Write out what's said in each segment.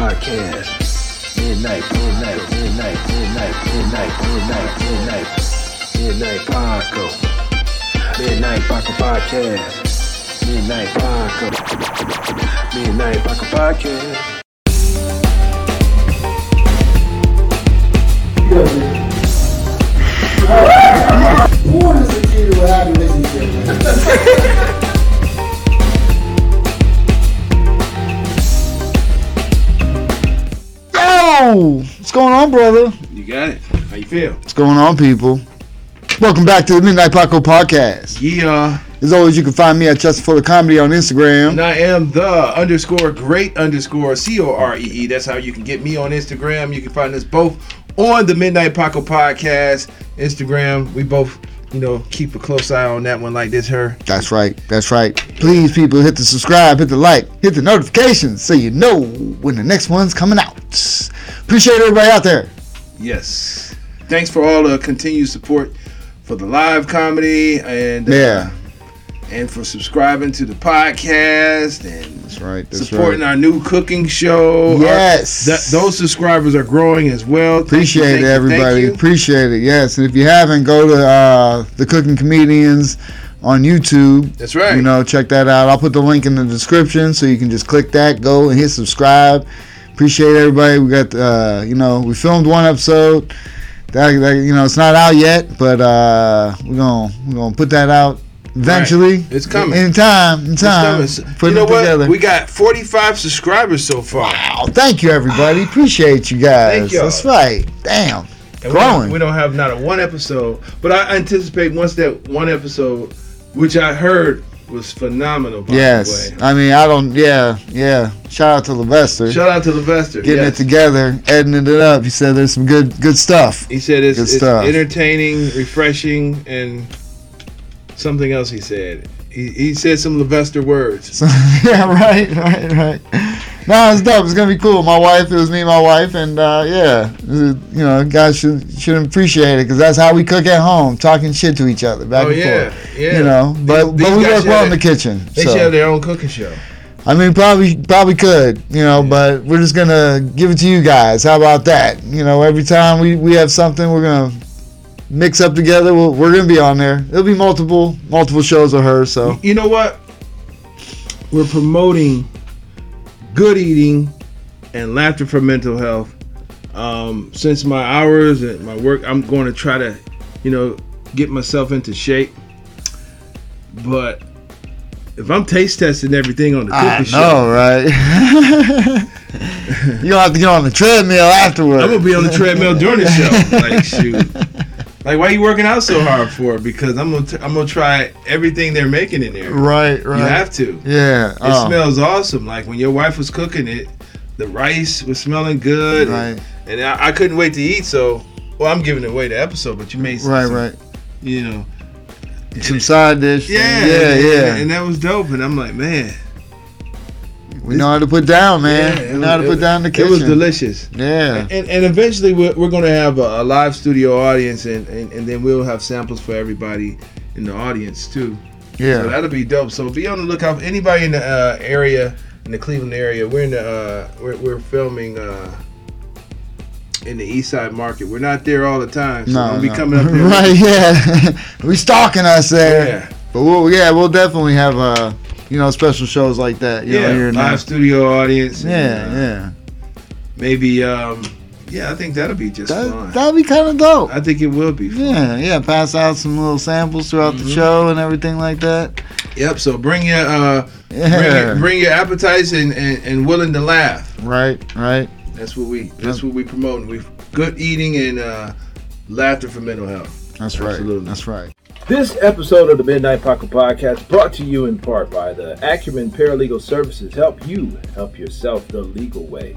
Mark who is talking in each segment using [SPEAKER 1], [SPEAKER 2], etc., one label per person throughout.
[SPEAKER 1] Podcast. Midnight, midnight, midnight, midnight, midnight, midnight, midnight, midnight, Paco. Midnight Paco Podcast. Midnight Paco. Midnight Paco Podcast.
[SPEAKER 2] Porn is the key to a happy relationship.
[SPEAKER 3] Yo! What's going on, brother?
[SPEAKER 4] You got it. How you feel?
[SPEAKER 3] What's going on, people? Welcome back to the Midnight Paco Podcast.
[SPEAKER 4] Yeah. It's
[SPEAKER 3] As always, you can find me at Chester Fuller Comedy on Instagram.
[SPEAKER 4] And I am the underscore great underscore C O R E E. That's how you can get me on Instagram. You can find us both on the Midnight Paco podcast Instagram. We both, you know, keep a close eye on that one like this. Her.
[SPEAKER 3] That's right. That's right. Please, people, hit the subscribe, hit the like, hit the notifications so you know when the next one's coming out. Appreciate everybody out there.
[SPEAKER 4] Yes. Thanks for all the continued support for the live comedy and uh,
[SPEAKER 3] Yeah.
[SPEAKER 4] and for subscribing to the podcast and
[SPEAKER 3] That's right. That's
[SPEAKER 4] supporting
[SPEAKER 3] right.
[SPEAKER 4] our new cooking show. Our-
[SPEAKER 3] Yes.
[SPEAKER 4] that, those subscribers are growing as well. Thank you,
[SPEAKER 3] Appreciate
[SPEAKER 4] thank
[SPEAKER 3] it,
[SPEAKER 4] you, thank
[SPEAKER 3] everybody.
[SPEAKER 4] you.
[SPEAKER 3] Appreciate it. Yes. And if you haven't, go to uh, the Cooking Comedians on YouTube.
[SPEAKER 4] That's right.
[SPEAKER 3] You know, check that out. I'll put the link in the description so you can just click that, go and hit subscribe. Appreciate everybody. We got, uh, you know, we filmed one episode. That, that you know, it's not out yet, but uh, we're gonna we're gonna put that out eventually.
[SPEAKER 4] Right. It's coming.
[SPEAKER 3] In time. In time.
[SPEAKER 4] It's coming.
[SPEAKER 3] Put
[SPEAKER 4] you know
[SPEAKER 3] it
[SPEAKER 4] what?
[SPEAKER 3] together.
[SPEAKER 4] We got 45 subscribers so far.
[SPEAKER 3] Wow, thank you everybody. Appreciate you guys.
[SPEAKER 4] Thank y'all.
[SPEAKER 3] That's right. Damn.
[SPEAKER 4] And we don't-
[SPEAKER 3] growing.
[SPEAKER 4] We don't have not a one episode, but I anticipate once that one episode, which I heard was phenomenal. By
[SPEAKER 3] Yes.
[SPEAKER 4] The
[SPEAKER 3] I mean, I don't. Yeah, yeah. Shout out to Levester.
[SPEAKER 4] way. Shout out to Levester.
[SPEAKER 3] Getting
[SPEAKER 4] yes.
[SPEAKER 3] it together, editing it up. He said there's some good, good stuff.
[SPEAKER 4] He said it's,
[SPEAKER 3] Good
[SPEAKER 4] it's
[SPEAKER 3] stuff.
[SPEAKER 4] entertaining, refreshing, and something else he said. He, he said some Levester words.
[SPEAKER 3] So, yeah, right, right, right. No, it's dope. It's gonna be cool. My wife, it was me, and my wife, and uh, yeah, This is- you know, guys should should appreciate it because that's how we cook at home, talking shit to each other back
[SPEAKER 4] Oh,
[SPEAKER 3] and
[SPEAKER 4] yeah,
[SPEAKER 3] forth.
[SPEAKER 4] yeah.
[SPEAKER 3] You know, but
[SPEAKER 4] These-
[SPEAKER 3] but
[SPEAKER 4] these
[SPEAKER 3] we
[SPEAKER 4] guys
[SPEAKER 3] work
[SPEAKER 4] should
[SPEAKER 3] well in
[SPEAKER 4] have-
[SPEAKER 3] the kitchen.
[SPEAKER 4] They
[SPEAKER 3] so.
[SPEAKER 4] should have their own cooking show.
[SPEAKER 3] I mean, probably probably could, you know, but we're just gonna give it to you guys. How about that? You know, every time we, we have something, we're gonna mix up together. We'll, we're gonna be on there. It'll be multiple multiple shows of her. So
[SPEAKER 4] You know what? We're promoting good eating and laughter for mental health. Um, since my hours and my work, I'm going to try to, you know, get myself into shape. But if I'm taste testing everything on the
[SPEAKER 3] I
[SPEAKER 4] cookie show,
[SPEAKER 3] know, right? you gonna have to get on the treadmill afterwards.
[SPEAKER 4] I'm gonna be on the treadmill during the show. Like shoot, like why you working out so hard for? Because I'm gonna t- I'm gonna try everything they're making in there.
[SPEAKER 3] right, right.
[SPEAKER 4] You
[SPEAKER 3] Uh.
[SPEAKER 4] have to.
[SPEAKER 3] yeah.
[SPEAKER 4] It smells awesome. Like when your wife was cooking it, the rice was smelling good.
[SPEAKER 3] Right,
[SPEAKER 4] And I, I couldn't wait to eat, so well I'm giving away the episode, but you made some,
[SPEAKER 3] right, right.
[SPEAKER 4] you know.
[SPEAKER 3] Some side dish.
[SPEAKER 4] Yeah,
[SPEAKER 3] yeah,
[SPEAKER 4] and-
[SPEAKER 3] yeah.
[SPEAKER 4] And, that was dope. And I'm like, man,
[SPEAKER 3] we know how to put down, man.
[SPEAKER 4] yeah, it
[SPEAKER 3] we
[SPEAKER 4] was-
[SPEAKER 3] know how to
[SPEAKER 4] it
[SPEAKER 3] put
[SPEAKER 4] was-
[SPEAKER 3] down the kitchen.
[SPEAKER 4] It was delicious.
[SPEAKER 3] Yeah.
[SPEAKER 4] And, and eventually we're, we're gonna have a, a live studio audience and, and, and then we'll have samples for everybody in the audience too.
[SPEAKER 3] Yeah.
[SPEAKER 4] So that'll be dope. So be on the lookout. Anybody in the uh, area, in the Cleveland area, we're in the uh, we're, we're filming uh, in the East Side Market. We're not there all the time, so we'll be coming up there.
[SPEAKER 3] right, yeah. we stalking us there.
[SPEAKER 4] Yeah,
[SPEAKER 3] But we'll, yeah, we'll definitely have uh, you know, special shows like that. You
[SPEAKER 4] yeah.
[SPEAKER 3] know, here and there.
[SPEAKER 4] Live studio audience. and,
[SPEAKER 3] Yeah,
[SPEAKER 4] uh,
[SPEAKER 3] yeah.
[SPEAKER 4] Maybe. Um, yeah, I think that'll be just fun.
[SPEAKER 3] That that'd be kind of dope.
[SPEAKER 4] I think it will be. Fun.
[SPEAKER 3] Yeah, yeah. Pass out some little samples throughout
[SPEAKER 4] Mm-hmm.
[SPEAKER 3] the show and everything like that.
[SPEAKER 4] Yep. So bring your uh, bring,
[SPEAKER 3] Yeah.
[SPEAKER 4] your, bring your appetites and, and and willing to laugh.
[SPEAKER 3] Right, right.
[SPEAKER 4] That's what we. That's what we promoting. We good eating and uh, laughter for mental health.
[SPEAKER 3] That's right.
[SPEAKER 4] Absolutely.
[SPEAKER 3] That's right.
[SPEAKER 4] This episode of the Midnight Pocket Podcast brought to you in part by the Acumen Paralegal Services help you help yourself the legal way.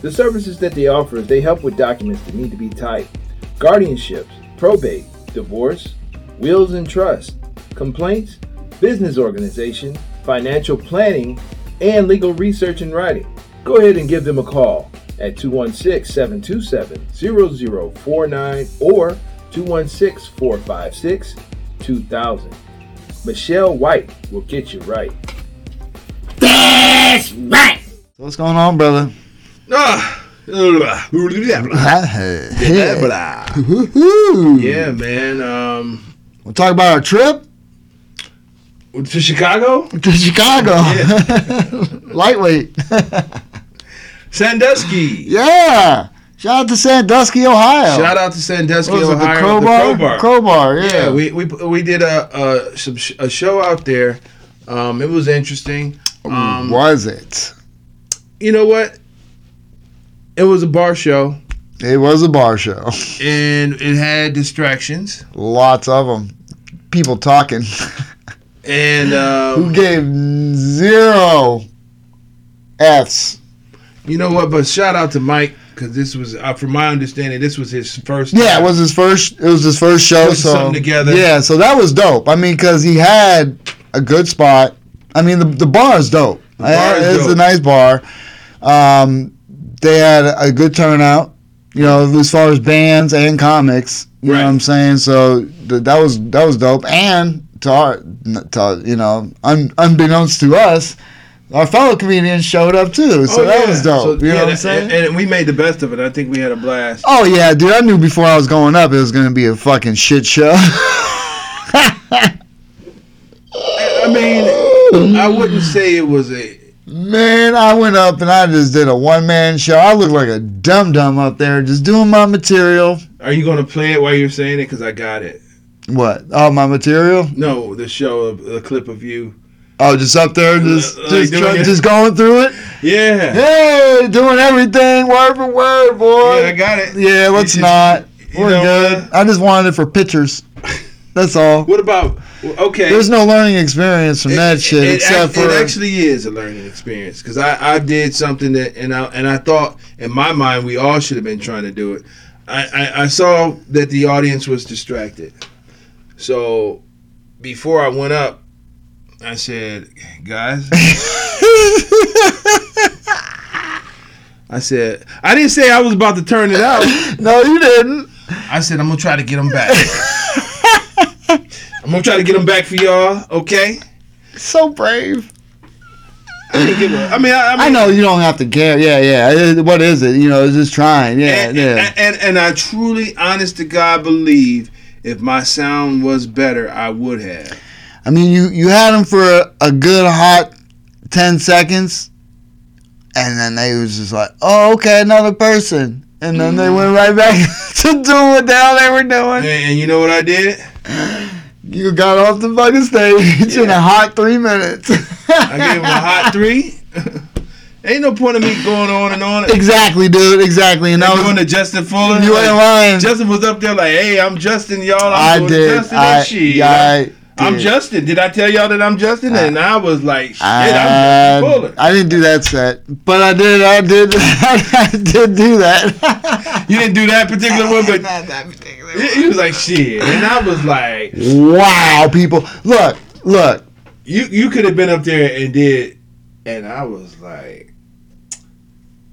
[SPEAKER 4] The services that they offer is they help with documents that need to be typed, guardianships, probate, divorce, wills and trust, complaints, business organization, financial planning, and legal research and writing. Go ahead and give them a call at 216-727-0049 or 216-456-2000. Michelle White will get you right.
[SPEAKER 3] So what's going on, brother?
[SPEAKER 4] Ah, yeah,
[SPEAKER 3] We'll
[SPEAKER 4] man. Um,
[SPEAKER 3] talk about our trip
[SPEAKER 4] to Chicago,
[SPEAKER 3] to Chicago. Lightweight.
[SPEAKER 4] Sandusky.
[SPEAKER 3] yeah. Shout out to Sandusky, Ohio.
[SPEAKER 4] Shout out to Sandusky,
[SPEAKER 3] What was it,
[SPEAKER 4] Ohio.
[SPEAKER 3] the
[SPEAKER 4] with
[SPEAKER 3] crowbar?
[SPEAKER 4] crowbar.
[SPEAKER 3] Crowbar, yeah.
[SPEAKER 4] Yeah, we we we did a a, some sh- a show out there. Um, it was interesting.
[SPEAKER 3] Oh,
[SPEAKER 4] Um,
[SPEAKER 3] was it?
[SPEAKER 4] you know what? It was a bar show,
[SPEAKER 3] It was a bar show.
[SPEAKER 4] and it had distractions.
[SPEAKER 3] Lots of them. People talking.
[SPEAKER 4] And
[SPEAKER 3] Who
[SPEAKER 4] um,
[SPEAKER 3] gave zero F's?
[SPEAKER 4] you know what? But shout out to Mike because this was, uh, from my understanding, this was his first.
[SPEAKER 3] Yeah, it was his first. It was his first show.
[SPEAKER 4] Put
[SPEAKER 3] So
[SPEAKER 4] something together.
[SPEAKER 3] Yeah, so that was dope. I mean, because he had a good spot. I mean, the the bar is dope.
[SPEAKER 4] bar is
[SPEAKER 3] it's
[SPEAKER 4] dope.
[SPEAKER 3] a nice bar. Um, they had a good turnout. You know, as far as bands and comics. You know
[SPEAKER 4] Right.
[SPEAKER 3] what I'm saying? So th- that was that was dope. And to our, to, you know, un, unbeknownst to us, our fellow comedians showed up too. So
[SPEAKER 4] Oh,
[SPEAKER 3] that
[SPEAKER 4] yeah.
[SPEAKER 3] was dope.
[SPEAKER 4] So,
[SPEAKER 3] you
[SPEAKER 4] yeah,
[SPEAKER 3] know what I'm
[SPEAKER 4] and-
[SPEAKER 3] saying?
[SPEAKER 4] And, we made the best of it. I think we had a blast.
[SPEAKER 3] Oh yeah, dude! I knew before I was going up it was gonna be a fucking shit show.
[SPEAKER 4] I
[SPEAKER 3] Oh.
[SPEAKER 4] mean, I wouldn't say it was a.
[SPEAKER 3] Man, I went up and I just did a one man show. I looked like a dum dum up there, just doing my material.
[SPEAKER 4] Are you gonna play it while you're saying it? Because I got it.
[SPEAKER 3] What? Oh, my material?
[SPEAKER 4] No, the show, of- the clip of you.
[SPEAKER 3] Oh, just up there, just
[SPEAKER 4] Uh, like
[SPEAKER 3] just
[SPEAKER 4] doing
[SPEAKER 3] try-
[SPEAKER 4] it?
[SPEAKER 3] just going through it.
[SPEAKER 4] Yeah.
[SPEAKER 3] Hey, doing everything word for word, boy.
[SPEAKER 4] Yeah, I got it.
[SPEAKER 3] Yeah, let's
[SPEAKER 4] You just-
[SPEAKER 3] not.
[SPEAKER 4] you
[SPEAKER 3] We're
[SPEAKER 4] know
[SPEAKER 3] good.
[SPEAKER 4] what?
[SPEAKER 3] I just wanted it for pictures. That's all.
[SPEAKER 4] What about okay?
[SPEAKER 3] There's no learning experience from that shit,
[SPEAKER 4] it,
[SPEAKER 3] except
[SPEAKER 4] ac-
[SPEAKER 3] for
[SPEAKER 4] it actually is a learning experience because I, I did something that and I and I thought in my mind we all should have been trying to do it. I, I, I saw that the audience was distracted, so before I went up, I said, guys. I said, I didn't say I was about to turn it out.
[SPEAKER 3] no, you didn't.
[SPEAKER 4] I said, I'm gonna try to get them back. I'm gonna try to get them back for y'all, okay?
[SPEAKER 3] So brave.
[SPEAKER 4] I didn't give a- I mean, I, I mean,
[SPEAKER 3] I know you don't have to care. Yeah, yeah. It- What is it? You know, it's just trying. Yeah,
[SPEAKER 4] and,
[SPEAKER 3] yeah.
[SPEAKER 4] and, and and I truly, honest to God, believe if my sound was better, I would have.
[SPEAKER 3] I mean, you you had them for a, a good hot ten seconds, and then they was just like, oh, okay, another person, and then
[SPEAKER 4] Mm.
[SPEAKER 3] they went right back to doing what the hell they were
[SPEAKER 4] And,
[SPEAKER 3] doing.
[SPEAKER 4] and you know what I did?
[SPEAKER 3] You got off the fucking stage in a hot three minutes.
[SPEAKER 4] I gave him a hot three. Ain't no point of me going on and on. And
[SPEAKER 3] exactly, dude. Exactly, and that
[SPEAKER 4] doing
[SPEAKER 3] was
[SPEAKER 4] the Justin Fuller.
[SPEAKER 3] you
[SPEAKER 4] like,
[SPEAKER 3] ain't lying.
[SPEAKER 4] Justin was up there like, "Hey, I'm Justin, y'all. I'm
[SPEAKER 3] I
[SPEAKER 4] doing
[SPEAKER 3] did.
[SPEAKER 4] Justin
[SPEAKER 3] I,
[SPEAKER 4] and shit.
[SPEAKER 3] I
[SPEAKER 4] I'm
[SPEAKER 3] did.
[SPEAKER 4] Justin. Did I tell y'all that I'm Justin? and I was like, shit,
[SPEAKER 3] I,
[SPEAKER 4] I'm Justin Fuller.
[SPEAKER 3] I didn't do that set, but I did. I did. I did do that.
[SPEAKER 4] you didn't do that particular one, but he he was like, shit. And I was like,
[SPEAKER 3] wow, people! Look, look.
[SPEAKER 4] you you could have been up there and did, and I was like,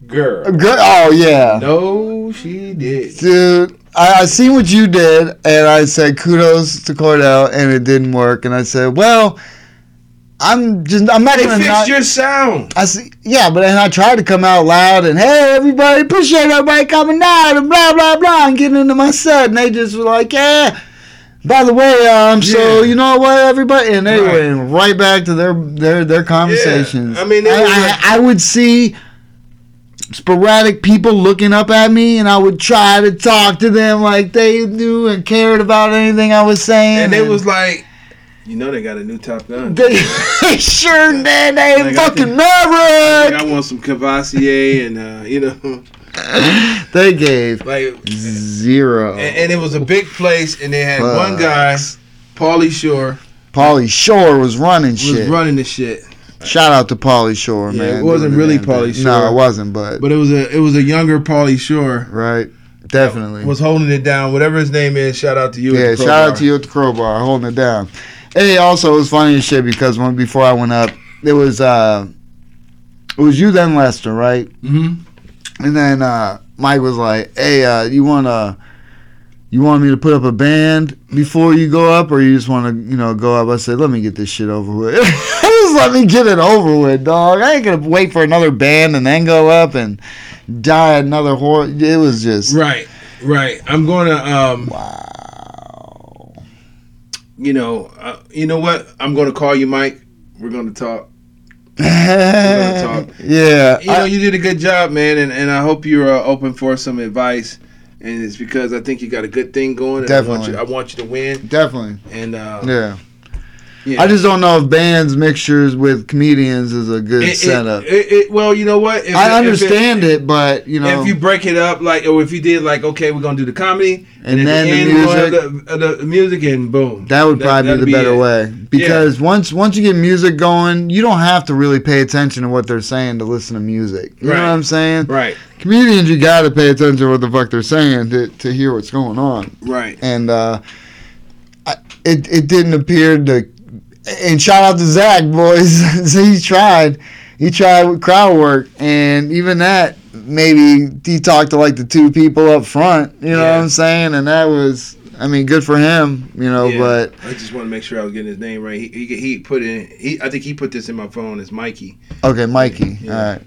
[SPEAKER 4] girl,
[SPEAKER 3] Good. Oh yeah,
[SPEAKER 4] no, she did.
[SPEAKER 3] dude. I, I seen what you did, and I said kudos to Cordell, and it didn't work. And I said, well, I'm just. I'm not
[SPEAKER 4] They
[SPEAKER 3] gonna.
[SPEAKER 4] fixed
[SPEAKER 3] Not,
[SPEAKER 4] your sound.
[SPEAKER 3] I see, yeah, but then I tried to come out loud and hey, everybody, appreciate everybody coming out and blah blah blah, and getting into my set, and they just were like, yeah. By the way, um, so
[SPEAKER 4] Yeah.
[SPEAKER 3] you know what, everybody, and they
[SPEAKER 4] Right.
[SPEAKER 3] went right back to their their their conversations.
[SPEAKER 4] I mean, they
[SPEAKER 3] I,
[SPEAKER 4] were
[SPEAKER 3] I,
[SPEAKER 4] like-
[SPEAKER 3] I would see sporadic people looking up at me, and I would try to talk to them like they knew and cared about anything I was saying.
[SPEAKER 4] And they was like, you know, they got a new Top Gun.
[SPEAKER 3] they, they sure did. They
[SPEAKER 4] Like, I
[SPEAKER 3] fucking
[SPEAKER 4] think-
[SPEAKER 3] Maverick.
[SPEAKER 4] Like, I want some Cavassier and, uh, you know,
[SPEAKER 3] They gave
[SPEAKER 4] like,
[SPEAKER 3] Zero.
[SPEAKER 4] and, and it was a big place, and they had one
[SPEAKER 3] Fuck.
[SPEAKER 4] guy, Paulie Shore,
[SPEAKER 3] Pauly Shore was running
[SPEAKER 4] was
[SPEAKER 3] shit.
[SPEAKER 4] running the shit.
[SPEAKER 3] Shout out to Pauly Shore,
[SPEAKER 4] Yeah,
[SPEAKER 3] man.
[SPEAKER 4] it wasn't
[SPEAKER 3] Doing
[SPEAKER 4] really
[SPEAKER 3] the damn
[SPEAKER 4] Pauly
[SPEAKER 3] thing. No,
[SPEAKER 4] Shore.
[SPEAKER 3] it wasn't, but,
[SPEAKER 4] But it was a it was a younger Paulie Shore
[SPEAKER 3] right, definitely.
[SPEAKER 4] was holding it down. Whatever his name is, shout out to you. at
[SPEAKER 3] yeah,
[SPEAKER 4] the
[SPEAKER 3] shout
[SPEAKER 4] Pro Bar.
[SPEAKER 3] out to you at the crowbar holding it down. Hey, also it was funny as shit because when before I went up, it was uh, it was you then Lester, right?
[SPEAKER 4] Mhm.
[SPEAKER 3] And then uh, Mike was like, "Hey, uh, you wanna." you want me to put up a band before you go up, or you just want to, you know, go up? I said, let me get this shit over with. just let me get it over with, dog. I ain't gonna wait for another band and then go up and die another horse. It was just
[SPEAKER 4] Right, right. I'm going to, um,
[SPEAKER 3] wow.
[SPEAKER 4] you know, uh, you know what? I'm going to call you, Mike. We're going to talk. talk.
[SPEAKER 3] yeah,
[SPEAKER 4] You know, you did a good job, man, and, and I hope you're uh, open for some advice. And it's because I think you got a good thing going. and
[SPEAKER 3] Definitely.
[SPEAKER 4] I want you, I want you to win.
[SPEAKER 3] definitely.
[SPEAKER 4] And uh,
[SPEAKER 3] Yeah.
[SPEAKER 4] yeah.
[SPEAKER 3] I just don't know if bands mixtures with comedians is a good
[SPEAKER 4] It- it-
[SPEAKER 3] setup.
[SPEAKER 4] it- it- well, you know what? If- if
[SPEAKER 3] I
[SPEAKER 4] it-
[SPEAKER 3] understand it, but you know,
[SPEAKER 4] If you break it up, like, or if you did, like, okay, we're gonna do the comedy,
[SPEAKER 3] And
[SPEAKER 4] at
[SPEAKER 3] then the
[SPEAKER 4] end, we're gonna have the, uh, the music, and boom.
[SPEAKER 3] that would probably
[SPEAKER 4] that'd
[SPEAKER 3] be the better
[SPEAKER 4] it.
[SPEAKER 3] way because once once you get music going, you don't have to really pay attention to what they're saying to listen to music. You know
[SPEAKER 4] Right.
[SPEAKER 3] what I'm saying?
[SPEAKER 4] Right,
[SPEAKER 3] Comedians, you got to pay attention to what the fuck they're saying to to hear what's going on.
[SPEAKER 4] right.
[SPEAKER 3] and uh, I, it it didn't appear to. And shout out to Zach, boys. so he tried, he tried with crowd work, and even that maybe he talked to like the two people up front. You know
[SPEAKER 4] Yeah.
[SPEAKER 3] what I'm saying? And that was, I mean, good for him. You know,
[SPEAKER 4] Yeah.
[SPEAKER 3] but
[SPEAKER 4] I just want to make sure I was getting his name right. He, he, he put in. He, I think he put this in my phone as Mikey.
[SPEAKER 3] okay, Mikey.
[SPEAKER 4] Yeah.
[SPEAKER 3] All right.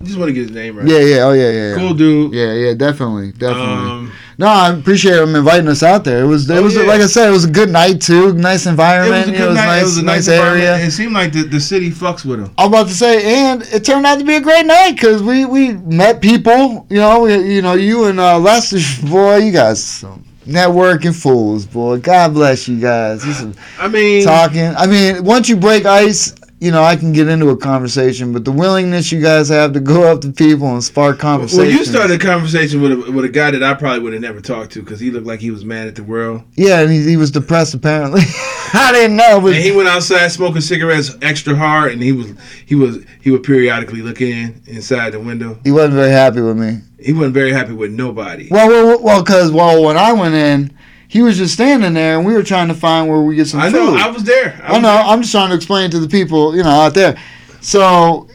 [SPEAKER 4] I just want to get his name right.
[SPEAKER 3] Yeah, yeah. Oh yeah, yeah. yeah.
[SPEAKER 4] Cool dude.
[SPEAKER 3] Yeah, yeah, definitely, definitely.
[SPEAKER 4] Um,
[SPEAKER 3] no, I appreciate him inviting us out there. It was, it
[SPEAKER 4] Oh,
[SPEAKER 3] was
[SPEAKER 4] yeah.
[SPEAKER 3] like I said, it was a good night too. Nice
[SPEAKER 4] it was
[SPEAKER 3] environment.
[SPEAKER 4] a
[SPEAKER 3] you know,
[SPEAKER 4] good night. It was a nice
[SPEAKER 3] area.
[SPEAKER 4] environment. It seemed like the, the city fucks with him.
[SPEAKER 3] I'm about to say, and it turned out to be a great night because we, we met people. You know, we, you know, you and uh, Lester, boy, you guys some networking fools, boy. God bless you guys. You some
[SPEAKER 4] I mean,
[SPEAKER 3] talking. I mean, once you break ice, you know, I can get into a conversation, but the willingness you guys have to go up to people and spark conversation.
[SPEAKER 4] well, you started a conversation with a, with a guy that I probably would have never talked to because he looked like he was mad at the world.
[SPEAKER 3] yeah, and he, he was depressed apparently. I didn't know, but
[SPEAKER 4] And he went outside smoking cigarettes extra hard, and he was he was he would periodically look in inside the window.
[SPEAKER 3] he wasn't very happy with me.
[SPEAKER 4] He wasn't very happy with nobody.
[SPEAKER 3] Well, well, well, because well, when I went in, he was just standing there, and we were trying to find where we get some
[SPEAKER 4] I
[SPEAKER 3] food.
[SPEAKER 4] know. I was there. I
[SPEAKER 3] I
[SPEAKER 4] was
[SPEAKER 3] know. Oh, I'm just trying to explain to the people, you know, out there. So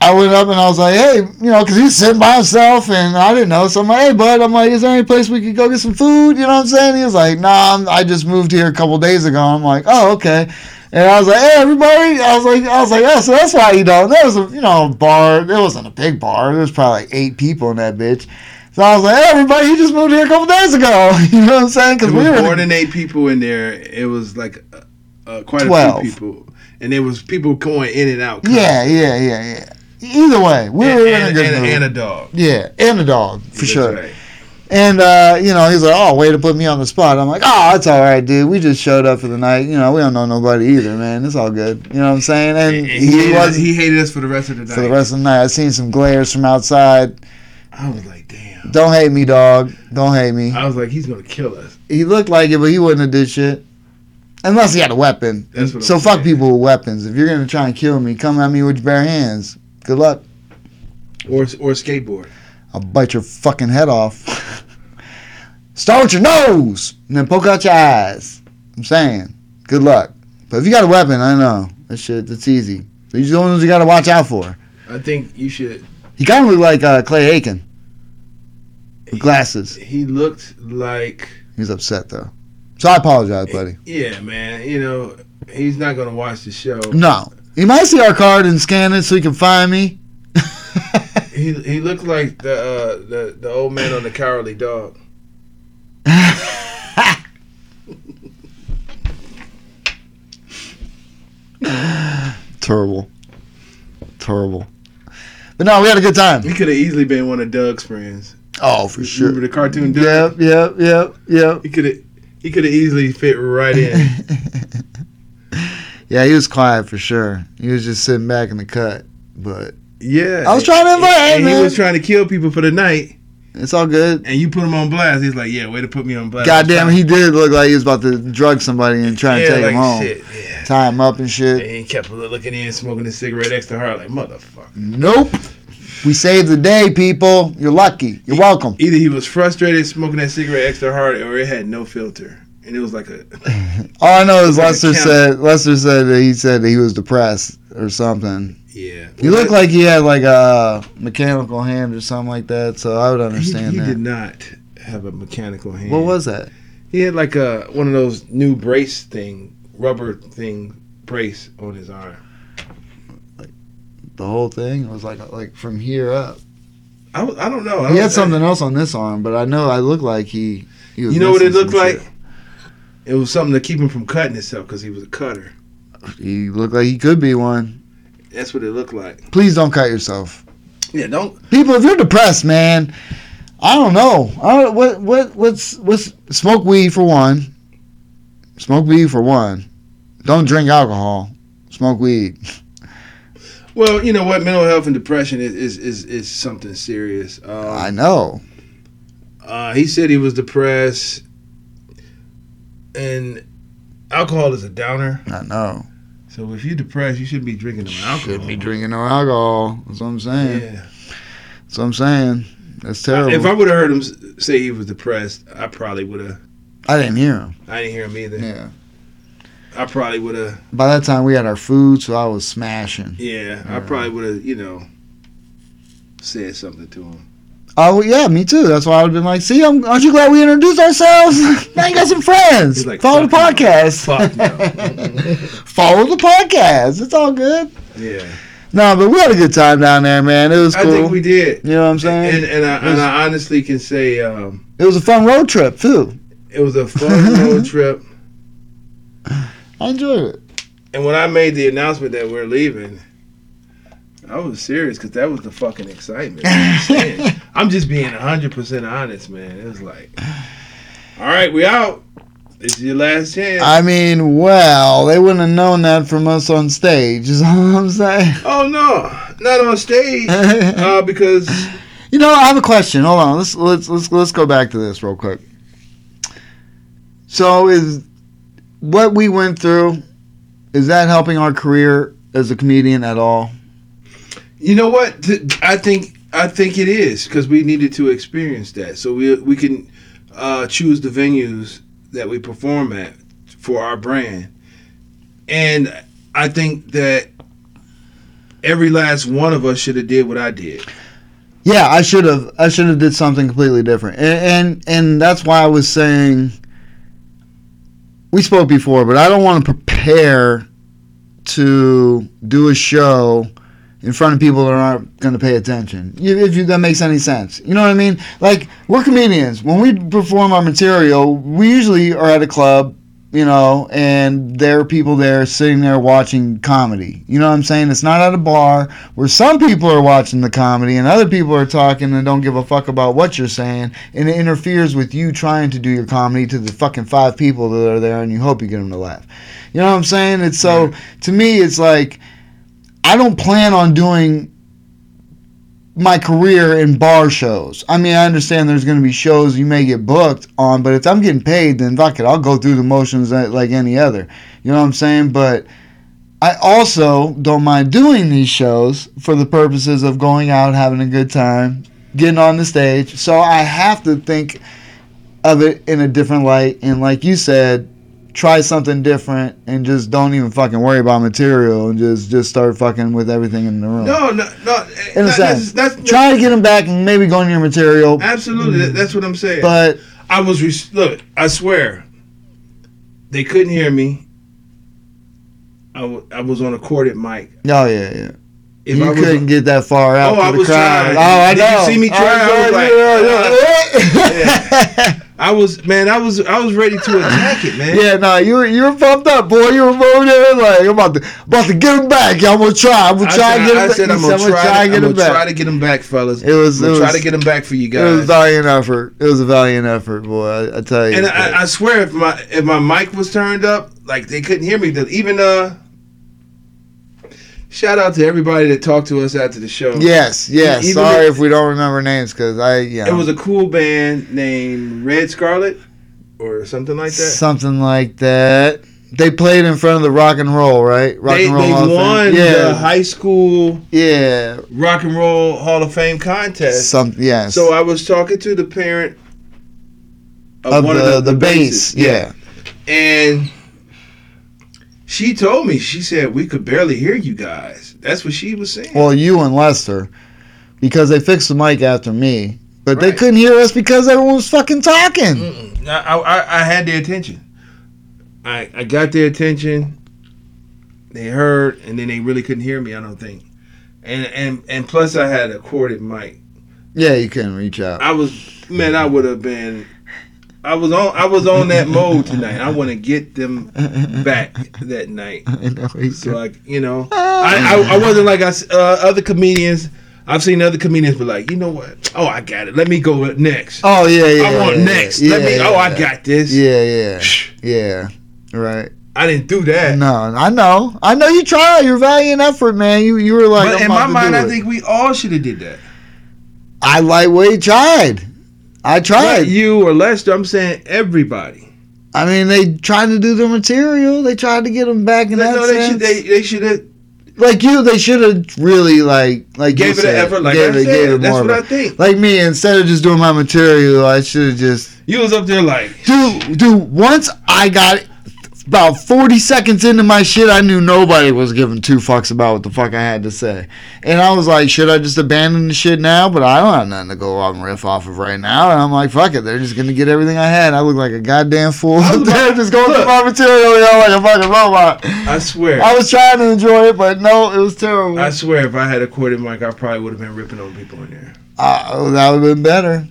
[SPEAKER 3] I went up and I was like, hey, you know, because he's sitting by himself and I didn't know. So I'm like, hey, bud, I'm like, is there any place we could go get some food? You know what I'm saying? He was like, nah, I'm, I just moved here a couple days ago. I'm like, oh, okay. And I was like, hey, everybody. I was like, I was like, oh, so that's why you don't. There was a, you know, bar. There wasn't a big bar. There was probably like eight people in that bitch. So I was like, hey, everybody, he just moved here a couple days ago. You know what I'm saying? Because
[SPEAKER 4] There
[SPEAKER 3] we
[SPEAKER 4] was
[SPEAKER 3] were
[SPEAKER 4] more than eight people in there. It was like uh, uh, quite
[SPEAKER 3] Twelve.
[SPEAKER 4] a few people, and there was people going in and out.
[SPEAKER 3] Yeah, yeah, yeah, yeah. Either way, we
[SPEAKER 4] and,
[SPEAKER 3] were in a
[SPEAKER 4] and,
[SPEAKER 3] good
[SPEAKER 4] and,
[SPEAKER 3] mood.
[SPEAKER 4] and a dog
[SPEAKER 3] yeah, and a dog for
[SPEAKER 4] That's
[SPEAKER 3] sure.
[SPEAKER 4] right.
[SPEAKER 3] And uh, you know, he's like, "Oh, way to put me on the spot." I'm like, "Oh, it's all right, dude. We just showed up for the night. You know, we don't know nobody either, man. It's all good. You know what I'm saying?" And,
[SPEAKER 4] And he,
[SPEAKER 3] he,
[SPEAKER 4] hated us,
[SPEAKER 3] was
[SPEAKER 4] he hated us for the rest of the night.
[SPEAKER 3] for the rest of the night. I seen some glares from outside.
[SPEAKER 4] I was like, damn.
[SPEAKER 3] Don't hate me, dog. Don't hate me.
[SPEAKER 4] I was like, he's gonna kill us.
[SPEAKER 3] He looked like it, but he wouldn't have did shit unless he had a weapon.
[SPEAKER 4] That's what
[SPEAKER 3] so
[SPEAKER 4] I'm
[SPEAKER 3] fuck
[SPEAKER 4] saying.
[SPEAKER 3] people with weapons. If you're gonna try and kill me, come at me with your bare hands. Good luck.
[SPEAKER 4] Or or skateboard.
[SPEAKER 3] I'll bite your fucking head off. Start with your nose and then poke out your eyes. I'm saying, good luck. But if you got a weapon, I know. That shit, that's easy. These are the ones you gotta watch out for.
[SPEAKER 4] I think you should.
[SPEAKER 3] He kinda looked like uh, Clay Aiken with glasses.
[SPEAKER 4] He looked like.
[SPEAKER 3] He's upset though. So I apologize, buddy.
[SPEAKER 4] Yeah, man. You know, he's not gonna watch the show.
[SPEAKER 3] No. He might see our card and scan it so he can find me.
[SPEAKER 4] He he looked like the uh, the the old man on the cowardly dog.
[SPEAKER 3] Terrible. Terrible. But no, we had a good time.
[SPEAKER 4] He could have easily been one of Doug's friends.
[SPEAKER 3] Oh, for
[SPEAKER 4] Remember
[SPEAKER 3] sure.
[SPEAKER 4] the cartoon Doug?
[SPEAKER 3] Yep, yep, yep, yep.
[SPEAKER 4] He could have he could have easily fit right in.
[SPEAKER 3] yeah, he was quiet for sure. He was just sitting back in the cut, but
[SPEAKER 4] yeah.
[SPEAKER 3] I was trying to invite
[SPEAKER 4] and,
[SPEAKER 3] him,
[SPEAKER 4] he
[SPEAKER 3] man.
[SPEAKER 4] was trying to kill people for the night,
[SPEAKER 3] it's all good.
[SPEAKER 4] and you put him on blast. He's like, "Yeah, way to put me on blast."
[SPEAKER 3] Goddamn, he did look like he was about to drug somebody and try and
[SPEAKER 4] yeah,
[SPEAKER 3] take
[SPEAKER 4] like
[SPEAKER 3] him home,
[SPEAKER 4] shit. Yeah.
[SPEAKER 3] tie him up and shit.
[SPEAKER 4] And he kept looking in, smoking his cigarette extra hard, like motherfucker.
[SPEAKER 3] Nope. We saved the day, people. You're lucky. You're welcome.
[SPEAKER 4] Either he was frustrated smoking that cigarette extra hard, or it had no filter, and it was like a
[SPEAKER 3] All I know is
[SPEAKER 4] Like a
[SPEAKER 3] Lester
[SPEAKER 4] count.
[SPEAKER 3] said Lester said that he said that he was depressed or something.
[SPEAKER 4] yeah.
[SPEAKER 3] He looked like he had like a mechanical hand or something like that, so I would
[SPEAKER 4] he,
[SPEAKER 3] understand
[SPEAKER 4] he
[SPEAKER 3] that.
[SPEAKER 4] did not. have a mechanical hand.
[SPEAKER 3] What was that?
[SPEAKER 4] He had like a one of those new brace thing, rubber thing brace on his arm.
[SPEAKER 3] The whole thing it was like like from here up.
[SPEAKER 4] I, Oh, was- I don't know. I
[SPEAKER 3] He
[SPEAKER 4] don't-
[SPEAKER 3] had something else on this arm, but I know I look like he. he was
[SPEAKER 4] You know what it
[SPEAKER 3] missing
[SPEAKER 4] looked
[SPEAKER 3] some
[SPEAKER 4] like? It was something to keep him from cutting himself because he was a cutter.
[SPEAKER 3] shit. He looked like he could be one.
[SPEAKER 4] That's what it looked like.
[SPEAKER 3] Please don't cut yourself,
[SPEAKER 4] Yeah, don't.
[SPEAKER 3] people. If you're depressed, man, I don't know. I don't, what what what's what's smoke weed for one. Smoke weed for one. Don't drink alcohol. Smoke weed.
[SPEAKER 4] Well, you know what? Mental health and depression is is is, is something serious. Um,
[SPEAKER 3] I know.
[SPEAKER 4] Uh, he said he was depressed, and alcohol is a downer.
[SPEAKER 3] I know.
[SPEAKER 4] So if you're depressed, you shouldn't be drinking no alcohol.
[SPEAKER 3] Shouldn't be drinking no alcohol. That's what I'm saying.
[SPEAKER 4] Yeah.
[SPEAKER 3] That's what I'm saying. That's terrible.
[SPEAKER 4] If I would have heard him s- say he was depressed, I probably would have.
[SPEAKER 3] I didn't hear him.
[SPEAKER 4] I didn't hear him either.
[SPEAKER 3] Yeah.
[SPEAKER 4] I probably would have.
[SPEAKER 3] By that time, we had our food, so I was smashing.
[SPEAKER 4] Yeah, I
[SPEAKER 3] Yeah.
[SPEAKER 4] probably would have. You know, said something to him.
[SPEAKER 3] Oh well, yeah, me too. That's why I would have been like, "See, I'm, aren't you glad we introduced ourselves? now you got some friends.
[SPEAKER 4] He's like,
[SPEAKER 3] Follow the
[SPEAKER 4] "Fuck no.
[SPEAKER 3] podcast.
[SPEAKER 4] Fuck
[SPEAKER 3] Follow the podcast. It's all good.
[SPEAKER 4] Yeah,
[SPEAKER 3] No, but we had a good time down there, man. It was
[SPEAKER 4] I
[SPEAKER 3] cool.
[SPEAKER 4] think we did.
[SPEAKER 3] you know what I'm saying?
[SPEAKER 4] And and I, and I honestly can say um,
[SPEAKER 3] it was a fun road trip too.
[SPEAKER 4] it was a fun road trip.
[SPEAKER 3] I enjoyed it.
[SPEAKER 4] And when I made the announcement that we're leaving, I was serious because that was the fucking excitement. you know what I'm, saying? I'm just being 100% honest, man. It was like, all right, we out. This is your last chance.
[SPEAKER 3] I mean, well, they wouldn't have known that from us on stage. Is all I'm saying.
[SPEAKER 4] oh, no, not on stage. uh, because,
[SPEAKER 3] You know, I have a question. Hold on. Let's let's let's let's go back to this real quick. So is what we went through is that helping our career as a comedian at all?
[SPEAKER 4] you know what? Th- I think I think it is because we needed to experience that. So we, we can uh, choose the venues that we perform at for our brand. And I think that every last one of us should have did what I did.
[SPEAKER 3] Yeah, I should have I should have did something completely different. And and, and that's why I was saying we spoke before, but I don't want to prepare to do a show in front of people that aren't going to pay attention. You- If you, that makes any sense, you know what I mean. Like we're comedians. When we perform our material, we usually are at a club, you know, and there are people there sitting there watching comedy. You know what I'm saying? It's not at a bar where some people are watching the comedy and other people are talking and don't give a fuck about what you're saying, and it interferes with you trying to do your comedy to the fucking five people that are there, and you hope you get them to laugh. You know what I'm saying? It's so to me, it's like I don't plan on doing my career in bar shows. I mean, I understand there's going to be shows you may get booked on, but if I'm getting paid, then fuck it, I'll go through the motions that- like any other. You know what I'm saying? But I also don't mind doing these shows for the purposes of going out, having a good time, getting on the stage. So I have to think of it in a different light. And like you said, try something different and just don't even fucking worry about material and just just start fucking with everything in the room.
[SPEAKER 4] No, no, no. eh,
[SPEAKER 3] In a
[SPEAKER 4] not-
[SPEAKER 3] sense.
[SPEAKER 4] that's, that's,
[SPEAKER 3] try to get them back and maybe go into your material,
[SPEAKER 4] absolutely. that- That's what I'm saying.
[SPEAKER 3] but
[SPEAKER 4] I was res- look. I swear, they couldn't hear me. I wa- I was on a corded mic.
[SPEAKER 3] oh yeah, yeah.
[SPEAKER 4] If
[SPEAKER 3] you
[SPEAKER 4] I was
[SPEAKER 3] couldn't get that far out
[SPEAKER 4] Oh,
[SPEAKER 3] to
[SPEAKER 4] I
[SPEAKER 3] the
[SPEAKER 4] was
[SPEAKER 3] crowd.
[SPEAKER 4] trying.
[SPEAKER 3] Oh, I
[SPEAKER 4] Did you
[SPEAKER 3] know.
[SPEAKER 4] see me
[SPEAKER 3] Oh,
[SPEAKER 4] try? I was
[SPEAKER 3] yeah, yeah, yeah.
[SPEAKER 4] I was man. I was I was ready to attack it, man.
[SPEAKER 3] Yeah, no, you were you were pumped up, boy. You were over there like I'm about to about to get him back. Y'all gonna try? I'm gonna
[SPEAKER 4] I
[SPEAKER 3] try
[SPEAKER 4] said,
[SPEAKER 3] and get him
[SPEAKER 4] I
[SPEAKER 3] back.
[SPEAKER 4] said
[SPEAKER 3] You
[SPEAKER 4] I'm
[SPEAKER 3] said,
[SPEAKER 4] gonna try,
[SPEAKER 3] and
[SPEAKER 4] to, I'm gonna try to get him back, fellas.
[SPEAKER 3] It was-
[SPEAKER 4] I'm gonna
[SPEAKER 3] it
[SPEAKER 4] try
[SPEAKER 3] was-
[SPEAKER 4] to get him back for you
[SPEAKER 3] It was a
[SPEAKER 4] guys.
[SPEAKER 3] valiant effort. It was a valiant effort, boy. I, I tell you.
[SPEAKER 4] And I, I swear, if my if my mic was turned up, like they couldn't hear me. That even uh, shout out to everybody that talked to us after the show.
[SPEAKER 3] yes, yes.
[SPEAKER 4] e- Even
[SPEAKER 3] Sorry
[SPEAKER 4] if-
[SPEAKER 3] if we don't remember names, because I yeah.
[SPEAKER 4] It was a cool band named Red Scarlet or something like that.
[SPEAKER 3] Something like that. They played in front of the rock and roll, right? Rock
[SPEAKER 4] They,
[SPEAKER 3] and roll.
[SPEAKER 4] they
[SPEAKER 3] Hall of Fame.
[SPEAKER 4] won the
[SPEAKER 3] Yeah,
[SPEAKER 4] high school
[SPEAKER 3] yeah.
[SPEAKER 4] rock and roll Hall of Fame contest.
[SPEAKER 3] Some yes.
[SPEAKER 4] So uh, I was talking to the parent of,
[SPEAKER 3] of
[SPEAKER 4] one
[SPEAKER 3] the,
[SPEAKER 4] of the,
[SPEAKER 3] the,
[SPEAKER 4] bases,
[SPEAKER 3] bass, yeah.
[SPEAKER 4] and she told me she said we could barely hear you guys. That's what she was saying.
[SPEAKER 3] Well, you and Lester, because they fixed the mic after me. But they
[SPEAKER 4] Right.
[SPEAKER 3] couldn't hear us because everyone was fucking talking.
[SPEAKER 4] I, I, I had their attention. I, I got their attention. They heard, and then they really couldn't hear me. I don't think. And and and plus, I had a corded mic.
[SPEAKER 3] Yeah, you couldn't reach out.
[SPEAKER 4] I was man. I would have been. I was on. I was on that mode tonight. I want to get them back that night.
[SPEAKER 3] I know he
[SPEAKER 4] So
[SPEAKER 3] could.
[SPEAKER 4] like you know, I, I I wasn't like I s uh, other comedians. I've seen other comedians be like, you know what? Oh, I got it. Let me go next.
[SPEAKER 3] Oh yeah, yeah.
[SPEAKER 4] I want
[SPEAKER 3] yeah,
[SPEAKER 4] next.
[SPEAKER 3] yeah,
[SPEAKER 4] Let me.
[SPEAKER 3] yeah,
[SPEAKER 4] oh, I
[SPEAKER 3] yeah.
[SPEAKER 4] got this.
[SPEAKER 3] Yeah, yeah, yeah. Right.
[SPEAKER 4] I didn't do that.
[SPEAKER 3] No, I know. I know you tried. Your value and effort, man. You you were like,
[SPEAKER 4] but
[SPEAKER 3] I'm
[SPEAKER 4] in
[SPEAKER 3] about
[SPEAKER 4] my
[SPEAKER 3] to
[SPEAKER 4] mind,
[SPEAKER 3] do
[SPEAKER 4] I
[SPEAKER 3] it.
[SPEAKER 4] think we all should have did that.
[SPEAKER 3] I lightweight tried. I
[SPEAKER 4] Not
[SPEAKER 3] tried.
[SPEAKER 4] you or Lester. I'm saying everybody.
[SPEAKER 3] I mean, they tried to do their material. They tried to get them back in
[SPEAKER 4] They,
[SPEAKER 3] that
[SPEAKER 4] no, they should.
[SPEAKER 3] sense.
[SPEAKER 4] They, they should have
[SPEAKER 3] like you, they should have really like like you
[SPEAKER 4] gave it an
[SPEAKER 3] said,
[SPEAKER 4] effort. Like
[SPEAKER 3] gave
[SPEAKER 4] I
[SPEAKER 3] it-
[SPEAKER 4] said,
[SPEAKER 3] gave it
[SPEAKER 4] that's
[SPEAKER 3] more
[SPEAKER 4] what
[SPEAKER 3] of
[SPEAKER 4] I
[SPEAKER 3] a-
[SPEAKER 4] think.
[SPEAKER 3] Like me, instead of just doing my material, I should have just
[SPEAKER 4] You was up there like,
[SPEAKER 3] dude, dude. Once I got about forty seconds into my shit, I knew nobody was giving two fucks about what the fuck I had to say, and I was like, should I just abandon the shit now? But I don't have nothing to go off and riff off of right now, and I'm like, fuck it, they're just gonna get everything I had. I look like a goddamn fool.
[SPEAKER 4] I was about-
[SPEAKER 3] They're just going through
[SPEAKER 4] look.
[SPEAKER 3] my material, you know, like a fucking robot.
[SPEAKER 4] I swear,
[SPEAKER 3] I
[SPEAKER 4] I,
[SPEAKER 3] was trying to enjoy it, but no, it was terrible.
[SPEAKER 4] swear, if I had a corded mic, I probably would have been ripping on people in there.
[SPEAKER 3] Uh, that would have been better.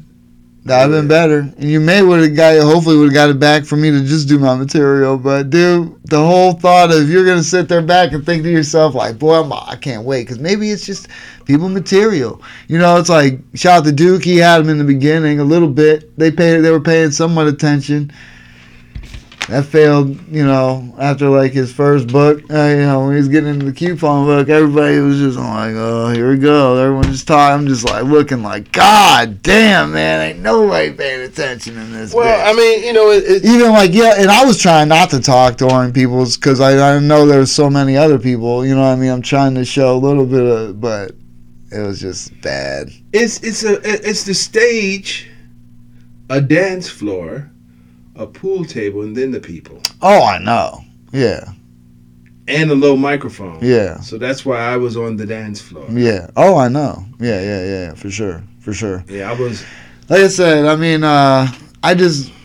[SPEAKER 3] That would have been better. And you may would have got it, hopefully would have got it back for me to just do my material. But dude, the whole thought of you're gonna sit there back and think to yourself like, boy, I'm, I can't wait because maybe it's just people material. You know, it's like shout out to Duke. He had him in the beginning a little bit. They paid. They were paying somewhat attention. That failed, you know, after like his first book, uh, you know, when he was getting into the coupon book, everybody was just like, oh, here we go. Everyone just talking. I'm just like looking like, God damn, man, ain't nobody paying attention in this. bitch."
[SPEAKER 4] mean, you know, it,
[SPEAKER 3] even like yeah and i was trying not to talk during people's because I, I know there's so many other people you know what i mean i'm trying to show a little bit of but it was just bad
[SPEAKER 4] it's it's a it's the stage, a dance floor, a pool table, and then the people
[SPEAKER 3] oh i know yeah
[SPEAKER 4] and a low microphone.
[SPEAKER 3] yeah
[SPEAKER 4] So that's why I was on the dance floor.
[SPEAKER 3] yeah oh i know yeah yeah yeah for sure for sure
[SPEAKER 4] Yeah, I was.
[SPEAKER 3] like i said i mean uh i just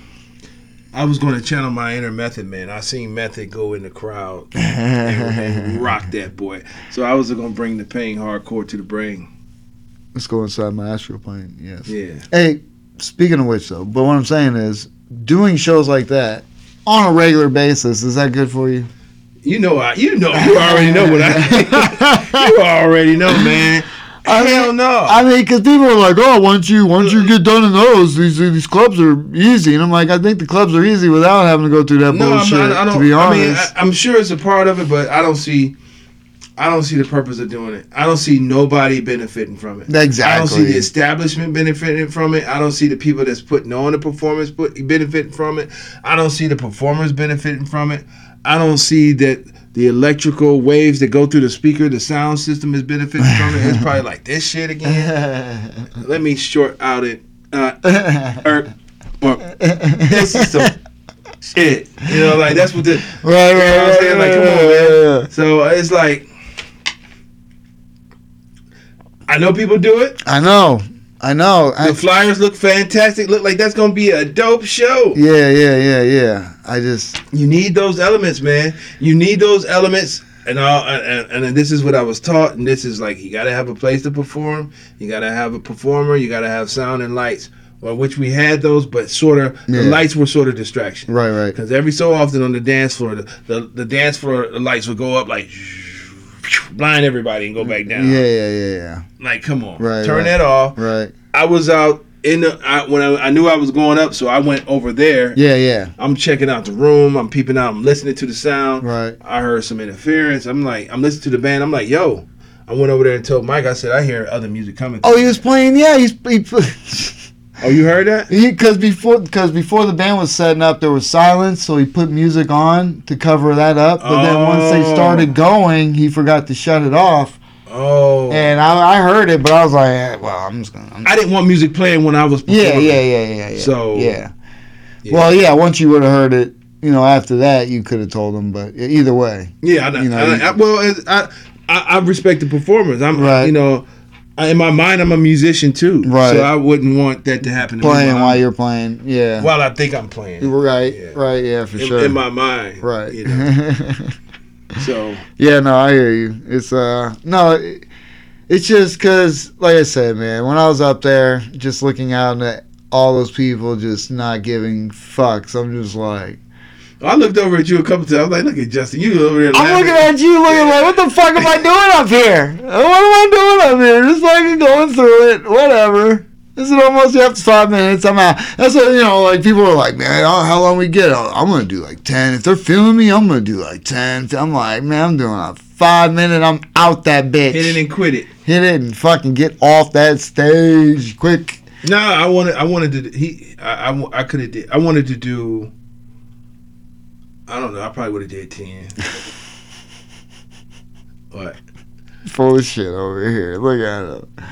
[SPEAKER 4] I was going to channel my inner Method Man. I seen Method go in the crowd and, and rock that boy. So I was going to bring the pain hardcore to the brain.
[SPEAKER 3] let's go inside my astral plane yes
[SPEAKER 4] Yeah.
[SPEAKER 3] Hey, speaking of which, though, but what I'm saying is, doing shows like that on a regular basis is that good for you?
[SPEAKER 4] You know, I, you know, you already know what I. you already know, man.
[SPEAKER 3] I
[SPEAKER 4] Hell
[SPEAKER 3] mean-
[SPEAKER 4] no.
[SPEAKER 3] I mean, because people are like, "Oh, once you once you get done in those, these these clubs are easy," and I'm like, I think the clubs are easy without having to go through that
[SPEAKER 4] no, I'm
[SPEAKER 3] bullshit.
[SPEAKER 4] not, I don't.
[SPEAKER 3] to be
[SPEAKER 4] I
[SPEAKER 3] honest,
[SPEAKER 4] mean, I, I'm sure it's a part of it, but I don't see. I don't see the purpose of doing it. I don't see nobody benefiting from it. I don't see
[SPEAKER 3] Exactly.
[SPEAKER 4] the establishment benefiting from it. I don't see the people that's putting on the performance put, benefiting from it. I don't see the performers benefiting from it. I don't see that the electrical waves that go through the speaker, the sound system is benefiting from it. It's probably like this shit again. Let me short out it. Uh, er, or, this is some shit. You know, like that's what the
[SPEAKER 3] right, right,
[SPEAKER 4] you know what I'm
[SPEAKER 3] right,
[SPEAKER 4] saying? Like, come
[SPEAKER 3] right,
[SPEAKER 4] on,
[SPEAKER 3] right,
[SPEAKER 4] man.
[SPEAKER 3] right.
[SPEAKER 4] So it's like, I know people do it.
[SPEAKER 3] I know, I know. I,
[SPEAKER 4] The flyers look fantastic. Look like that's gonna be a dope show.
[SPEAKER 3] yeah, yeah, yeah, yeah. I just
[SPEAKER 4] You need those elements, man. You need those elements. And all, and, and and this is what I was taught. And this is like you gotta have a place to perform. You gotta have a performer. You gotta have sound and lights. Well, which we had those, but sort of the
[SPEAKER 3] Yeah.
[SPEAKER 4] lights were sort of distraction.
[SPEAKER 3] right, right.
[SPEAKER 4] Because every so often on the dance floor, the, the, the dance floor lights would go up like blind everybody and go back
[SPEAKER 3] Yeah,
[SPEAKER 4] down.
[SPEAKER 3] yeah, yeah, yeah.
[SPEAKER 4] Like, come on,
[SPEAKER 3] Right,
[SPEAKER 4] turn
[SPEAKER 3] right.
[SPEAKER 4] that off.
[SPEAKER 3] Right.
[SPEAKER 4] I was out in the I, when I, I knew I was going up, so I went over there.
[SPEAKER 3] Yeah, yeah.
[SPEAKER 4] I'm checking out the room. I'm peeping out. I'm listening to the sound.
[SPEAKER 3] Right.
[SPEAKER 4] I heard some interference. I'm like, I'm listening to the band. I'm like, yo. I went over there and told Mike. I said, I hear other music coming.
[SPEAKER 3] Oh, he was playing. Yeah, he's he. pl-
[SPEAKER 4] Oh, you heard that?
[SPEAKER 3] because before because before the band was setting up there was silence so he put music on to cover that up but then once they
[SPEAKER 4] Oh.
[SPEAKER 3] started going he forgot to shut it off
[SPEAKER 4] Oh.
[SPEAKER 3] and i, I heard it but i was like eh, well i'm just gonna I'm
[SPEAKER 4] I didn't want music playing when I was performing.
[SPEAKER 3] yeah, yeah yeah yeah yeah
[SPEAKER 4] So-
[SPEAKER 3] yeah.
[SPEAKER 4] Yeah.
[SPEAKER 3] well yeah once you would have heard it you know after that you could have told him but e- either way
[SPEAKER 4] Yeah, I,
[SPEAKER 3] You know,
[SPEAKER 4] I,
[SPEAKER 3] you-
[SPEAKER 4] I, well, it's- I, I I respect the performers. I'm
[SPEAKER 3] Right.
[SPEAKER 4] you know I- in my mind, I'm a musician too,
[SPEAKER 3] Right.
[SPEAKER 4] So I wouldn't want that to happen. To me
[SPEAKER 3] Playing
[SPEAKER 4] while,
[SPEAKER 3] while
[SPEAKER 4] I'm-
[SPEAKER 3] you're playing. Yeah.
[SPEAKER 4] while I think I'm playing.
[SPEAKER 3] right.
[SPEAKER 4] Yeah.
[SPEAKER 3] Right. Yeah, for
[SPEAKER 4] in,
[SPEAKER 3] sure.
[SPEAKER 4] in my mind,
[SPEAKER 3] right.
[SPEAKER 4] You know? So
[SPEAKER 3] Yeah, no, I hear you. It's uh, no, it, it's just because, like I said, man, when I was up there, just looking out at all those people just not giving fucks, I'm just like,
[SPEAKER 4] I looked over at you a couple times. I was like, "Look at Justin, you over there."
[SPEAKER 3] I'm
[SPEAKER 4] laughing.
[SPEAKER 3] looking at you, looking like, what the fuck am I doing up here? What am I doing up here? Just like going through it, whatever. This is almost after five minutes. I'm out. That's what, you know, like people are like, man, oh, how long we get? Oh, I'm gonna do like ten. If they're feeling me, I'm gonna do like ten. I'm like, man, I'm doing a five minute. I'm out that bitch.
[SPEAKER 4] hit it and quit it.
[SPEAKER 3] hit it and fucking get off that stage quick.
[SPEAKER 4] No, I wanted. I wanted to. He. I. I, wa- I could have did. I wanted to do. I don't know. I probably would have did ten. But
[SPEAKER 3] Full of shit over here. Look at him.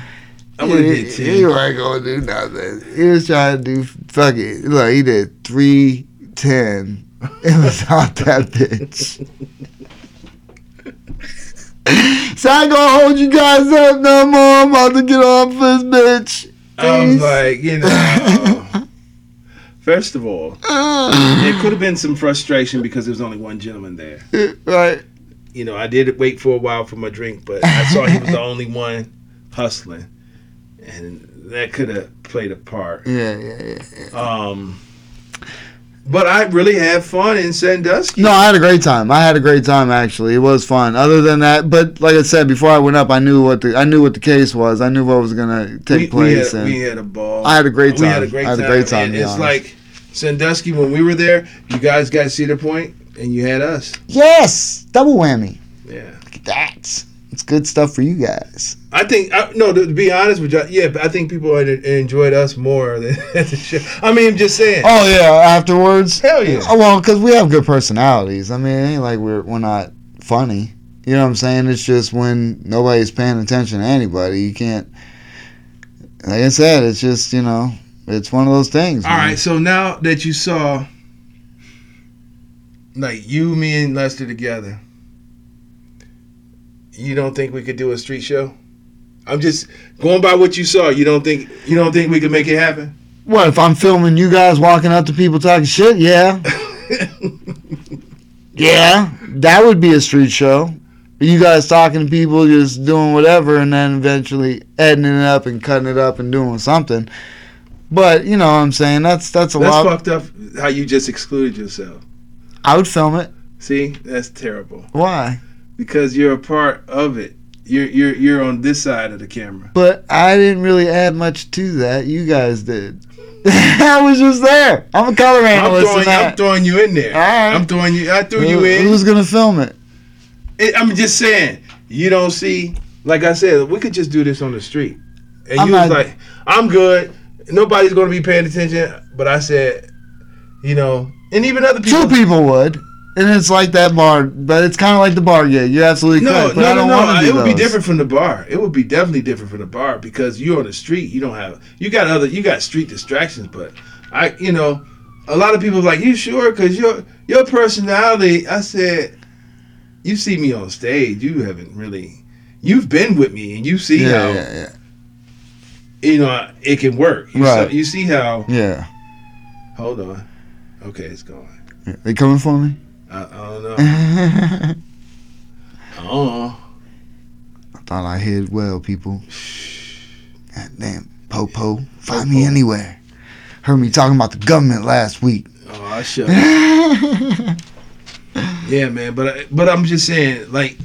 [SPEAKER 4] I would have
[SPEAKER 3] He-
[SPEAKER 4] did
[SPEAKER 3] He
[SPEAKER 4] ten.
[SPEAKER 3] ain't gonna do nothing. He was trying to do fuck it. Look, he did three ten. It was out that bitch. So I ain't gonna hold you guys up no more. I'm about to get off this bitch.
[SPEAKER 4] I was
[SPEAKER 3] Please.
[SPEAKER 4] like, you know. First of all, there could have been some frustration because there was only one gentleman there.
[SPEAKER 3] right.
[SPEAKER 4] You know, I did wait for a while for my drink, but I saw he was the only one hustling, and that could have played a part.
[SPEAKER 3] Yeah, yeah, yeah.
[SPEAKER 4] Um, but I really had fun in Sandusky.
[SPEAKER 3] No, I had a great time. I had a great time actually. It was fun. Other than that, but like I said before, I went up. I knew what the I knew what the case was. I knew what was gonna take place.
[SPEAKER 4] We had,
[SPEAKER 3] and
[SPEAKER 4] we had a ball.
[SPEAKER 3] I had a great
[SPEAKER 4] We
[SPEAKER 3] time.
[SPEAKER 4] had a great
[SPEAKER 3] I had a
[SPEAKER 4] time.
[SPEAKER 3] great time,
[SPEAKER 4] And
[SPEAKER 3] to be
[SPEAKER 4] it's
[SPEAKER 3] honest.
[SPEAKER 4] like Sandusky when we were there. You guys got Cedar Point, and you had us.
[SPEAKER 3] yes, double whammy.
[SPEAKER 4] Yeah,
[SPEAKER 3] Look at that. It's good stuff for you guys.
[SPEAKER 4] I think I, no. To be honest with you, yeah, but I think people en- enjoyed us more than the show. I mean, I'm just saying.
[SPEAKER 3] Oh yeah, afterwards.
[SPEAKER 4] Hell yeah.
[SPEAKER 3] Oh, well, because we have good personalities. I mean, it ain't like we're we're not funny. You know what I'm saying? It's just when nobody's paying attention to anybody, you can't. Like I said, it's just you know, it's one of those things.
[SPEAKER 4] All
[SPEAKER 3] man.
[SPEAKER 4] right, so now that you saw, like you, me, and Lester together, you don't think we could do a street show? I'm just going by what you saw. You don't think you don't think we could make it happen?
[SPEAKER 3] What if I'm filming you guys walking up to people talking shit? Yeah, yeah, that would be a street show. You guys talking to people, just doing whatever, and then eventually editing it up and cutting it up and doing something. But you know what I'm saying? That's that's a
[SPEAKER 4] That's
[SPEAKER 3] lot.
[SPEAKER 4] fucked up. How you just excluded yourself?
[SPEAKER 3] I would film it.
[SPEAKER 4] See, that's terrible
[SPEAKER 3] Why?
[SPEAKER 4] because you're a part of it. You're you're you're on this side of the camera.
[SPEAKER 3] But I didn't really add much to that. You guys did. I was just there. I'm a color
[SPEAKER 4] I'm
[SPEAKER 3] analyst.
[SPEAKER 4] throwing,
[SPEAKER 3] and
[SPEAKER 4] I'm
[SPEAKER 3] that. Mm-hmm.
[SPEAKER 4] throwing you in there.
[SPEAKER 3] All right.
[SPEAKER 4] I'm throwing you. I threw you
[SPEAKER 3] Who-
[SPEAKER 4] in.
[SPEAKER 3] Who's gonna film it?
[SPEAKER 4] It, I'm just saying, you don't see. Like I said, we could just do this on the street, and
[SPEAKER 3] I'm
[SPEAKER 4] you was
[SPEAKER 3] not-
[SPEAKER 4] like, "I'm good. Nobody's going to be paying attention." But I said, you know, and even other people.
[SPEAKER 3] Two people would. And it's like that bar, but it's kind of like the bar gig. You're absolutely
[SPEAKER 4] No,
[SPEAKER 3] correct.
[SPEAKER 4] no,
[SPEAKER 3] but I
[SPEAKER 4] no,
[SPEAKER 3] don't
[SPEAKER 4] no.
[SPEAKER 3] want to do
[SPEAKER 4] It would be
[SPEAKER 3] those.
[SPEAKER 4] different from the bar. It would be definitely different from the bar because you're on the street. You don't have. You got other. You got street distractions, but I, you know, a lot of people are like you sure because your your personality. I said, you see me on stage. You haven't really. You've been with me, and you see
[SPEAKER 3] Yeah,
[SPEAKER 4] how
[SPEAKER 3] yeah,
[SPEAKER 4] you know it can work. You,
[SPEAKER 3] Right.
[SPEAKER 4] see, you see how?
[SPEAKER 3] yeah,
[SPEAKER 4] Hold on. Okay, it's going.
[SPEAKER 3] yeah. They coming for me?
[SPEAKER 4] I, I don't know.
[SPEAKER 3] I
[SPEAKER 4] Oh,
[SPEAKER 3] thought I hid well, people. God damn, Popo, find me anywhere. Heard me talking about the government last week.
[SPEAKER 4] oh, I should. yeah, man. But I, but I'm just saying, like,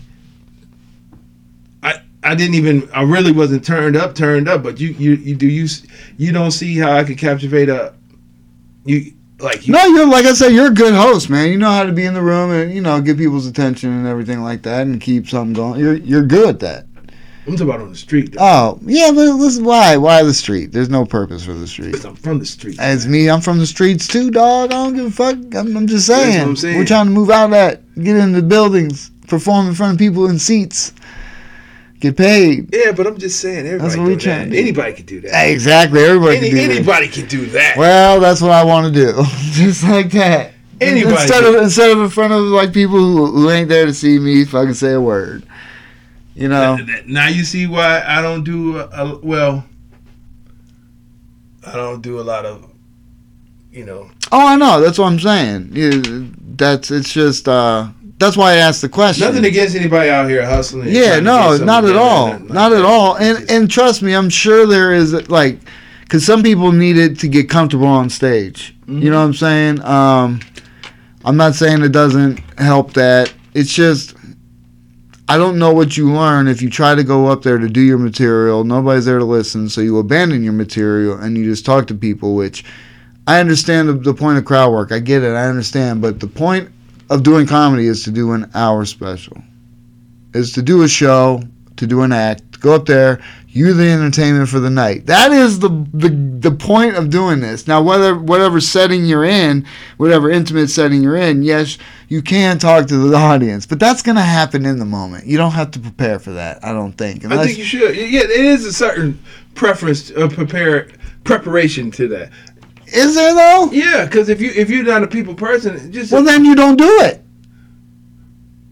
[SPEAKER 4] I I didn't even. I really wasn't turned up, turned up. But you you you do you s- you don't see how I could captivate a you like you.
[SPEAKER 3] No, you're like I said, you're a good host, man. You know how to be in the room and you know get people's attention and everything like that, and keep something going. You're you're good at that.
[SPEAKER 4] I'm talking about on the street. Though.
[SPEAKER 3] Oh yeah, but listen, why why the street? There's no purpose for the street.
[SPEAKER 4] 'Cause I'm from the street.
[SPEAKER 3] Uh, As me, I'm from the streets too, dog. I don't give a fuck. I'm, I'm just
[SPEAKER 4] That's what
[SPEAKER 3] saying.
[SPEAKER 4] I'm saying.
[SPEAKER 3] We're trying to move out of that, get into buildings, perform in front of people in seats, get paid.
[SPEAKER 4] yeah, but I'm just saying, everybody.
[SPEAKER 3] what we
[SPEAKER 4] do
[SPEAKER 3] trying
[SPEAKER 4] that.
[SPEAKER 3] to do.
[SPEAKER 4] Anybody could do that.
[SPEAKER 3] Exactly. Everybody
[SPEAKER 4] Any,
[SPEAKER 3] can do that.
[SPEAKER 4] anybody can do that.
[SPEAKER 3] Well, that's what I want to do, just like that.
[SPEAKER 4] Anybody
[SPEAKER 3] Instead
[SPEAKER 4] can-
[SPEAKER 3] of instead of in front of like people who, who ain't there to see me, fucking say a word. You know,
[SPEAKER 4] Th- th- Now you see why I don't do a, a- well. I don't do a lot of, you know.
[SPEAKER 3] oh, I know. That's what I'm saying. You, that's it's just uh, that's why I asked the question.
[SPEAKER 4] Nothing against anybody out here hustling. and
[SPEAKER 3] Yeah,
[SPEAKER 4] trying to get
[SPEAKER 3] no,
[SPEAKER 4] something
[SPEAKER 3] not at
[SPEAKER 4] together,
[SPEAKER 3] all,
[SPEAKER 4] nothing like
[SPEAKER 3] not at
[SPEAKER 4] that.
[SPEAKER 3] all.
[SPEAKER 4] It's
[SPEAKER 3] And
[SPEAKER 4] just-
[SPEAKER 3] and trust me, I'm sure there is like, because some people need it to get comfortable on stage. Mm-hmm. You
[SPEAKER 4] Mm-hmm.
[SPEAKER 3] know what I'm saying? Um, I'm not saying it doesn't help that. It's just. I don't know what you learn if you try to go up there to do your material. Nobody's there to listen, so you abandon your material and you just talk to people. Which I understand the, the point of crowd work. I get it. I understand, but the point of doing comedy is to do an hour special, is to do a show, to do an act, to go up there. You're the entertainment for the night. That is the, the the point of doing this. Now, whether whatever setting you're in, whatever intimate setting you're in, yes, you can talk to the audience, but that's gonna happen in the moment. You don't have to prepare for that. I don't think.
[SPEAKER 4] I
[SPEAKER 3] Unless,
[SPEAKER 4] think you should. Yeah, it is a certain preference, uh, prepare preparation to that.
[SPEAKER 3] is there though?
[SPEAKER 4] Yeah, because if you if you're not a people person, just
[SPEAKER 3] Well, then you don't do it.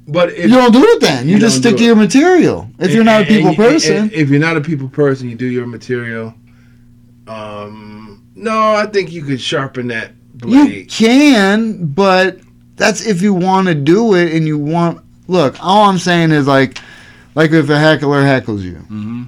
[SPEAKER 4] but if,
[SPEAKER 3] You don't do it then. You,
[SPEAKER 4] You don't
[SPEAKER 3] just
[SPEAKER 4] do
[SPEAKER 3] stick to
[SPEAKER 4] it.
[SPEAKER 3] your material. If you're not a
[SPEAKER 4] and- and-
[SPEAKER 3] people
[SPEAKER 4] and-
[SPEAKER 3] person,
[SPEAKER 4] and if you're not a people person, you do your material. Um, no, I think you could sharpen that
[SPEAKER 3] You
[SPEAKER 4] blade.
[SPEAKER 3] can, but that's if you want to do it and you want. Look, all I'm saying is like, like if a heckler heckles you,
[SPEAKER 4] Mhm.
[SPEAKER 3] Mm-hmm.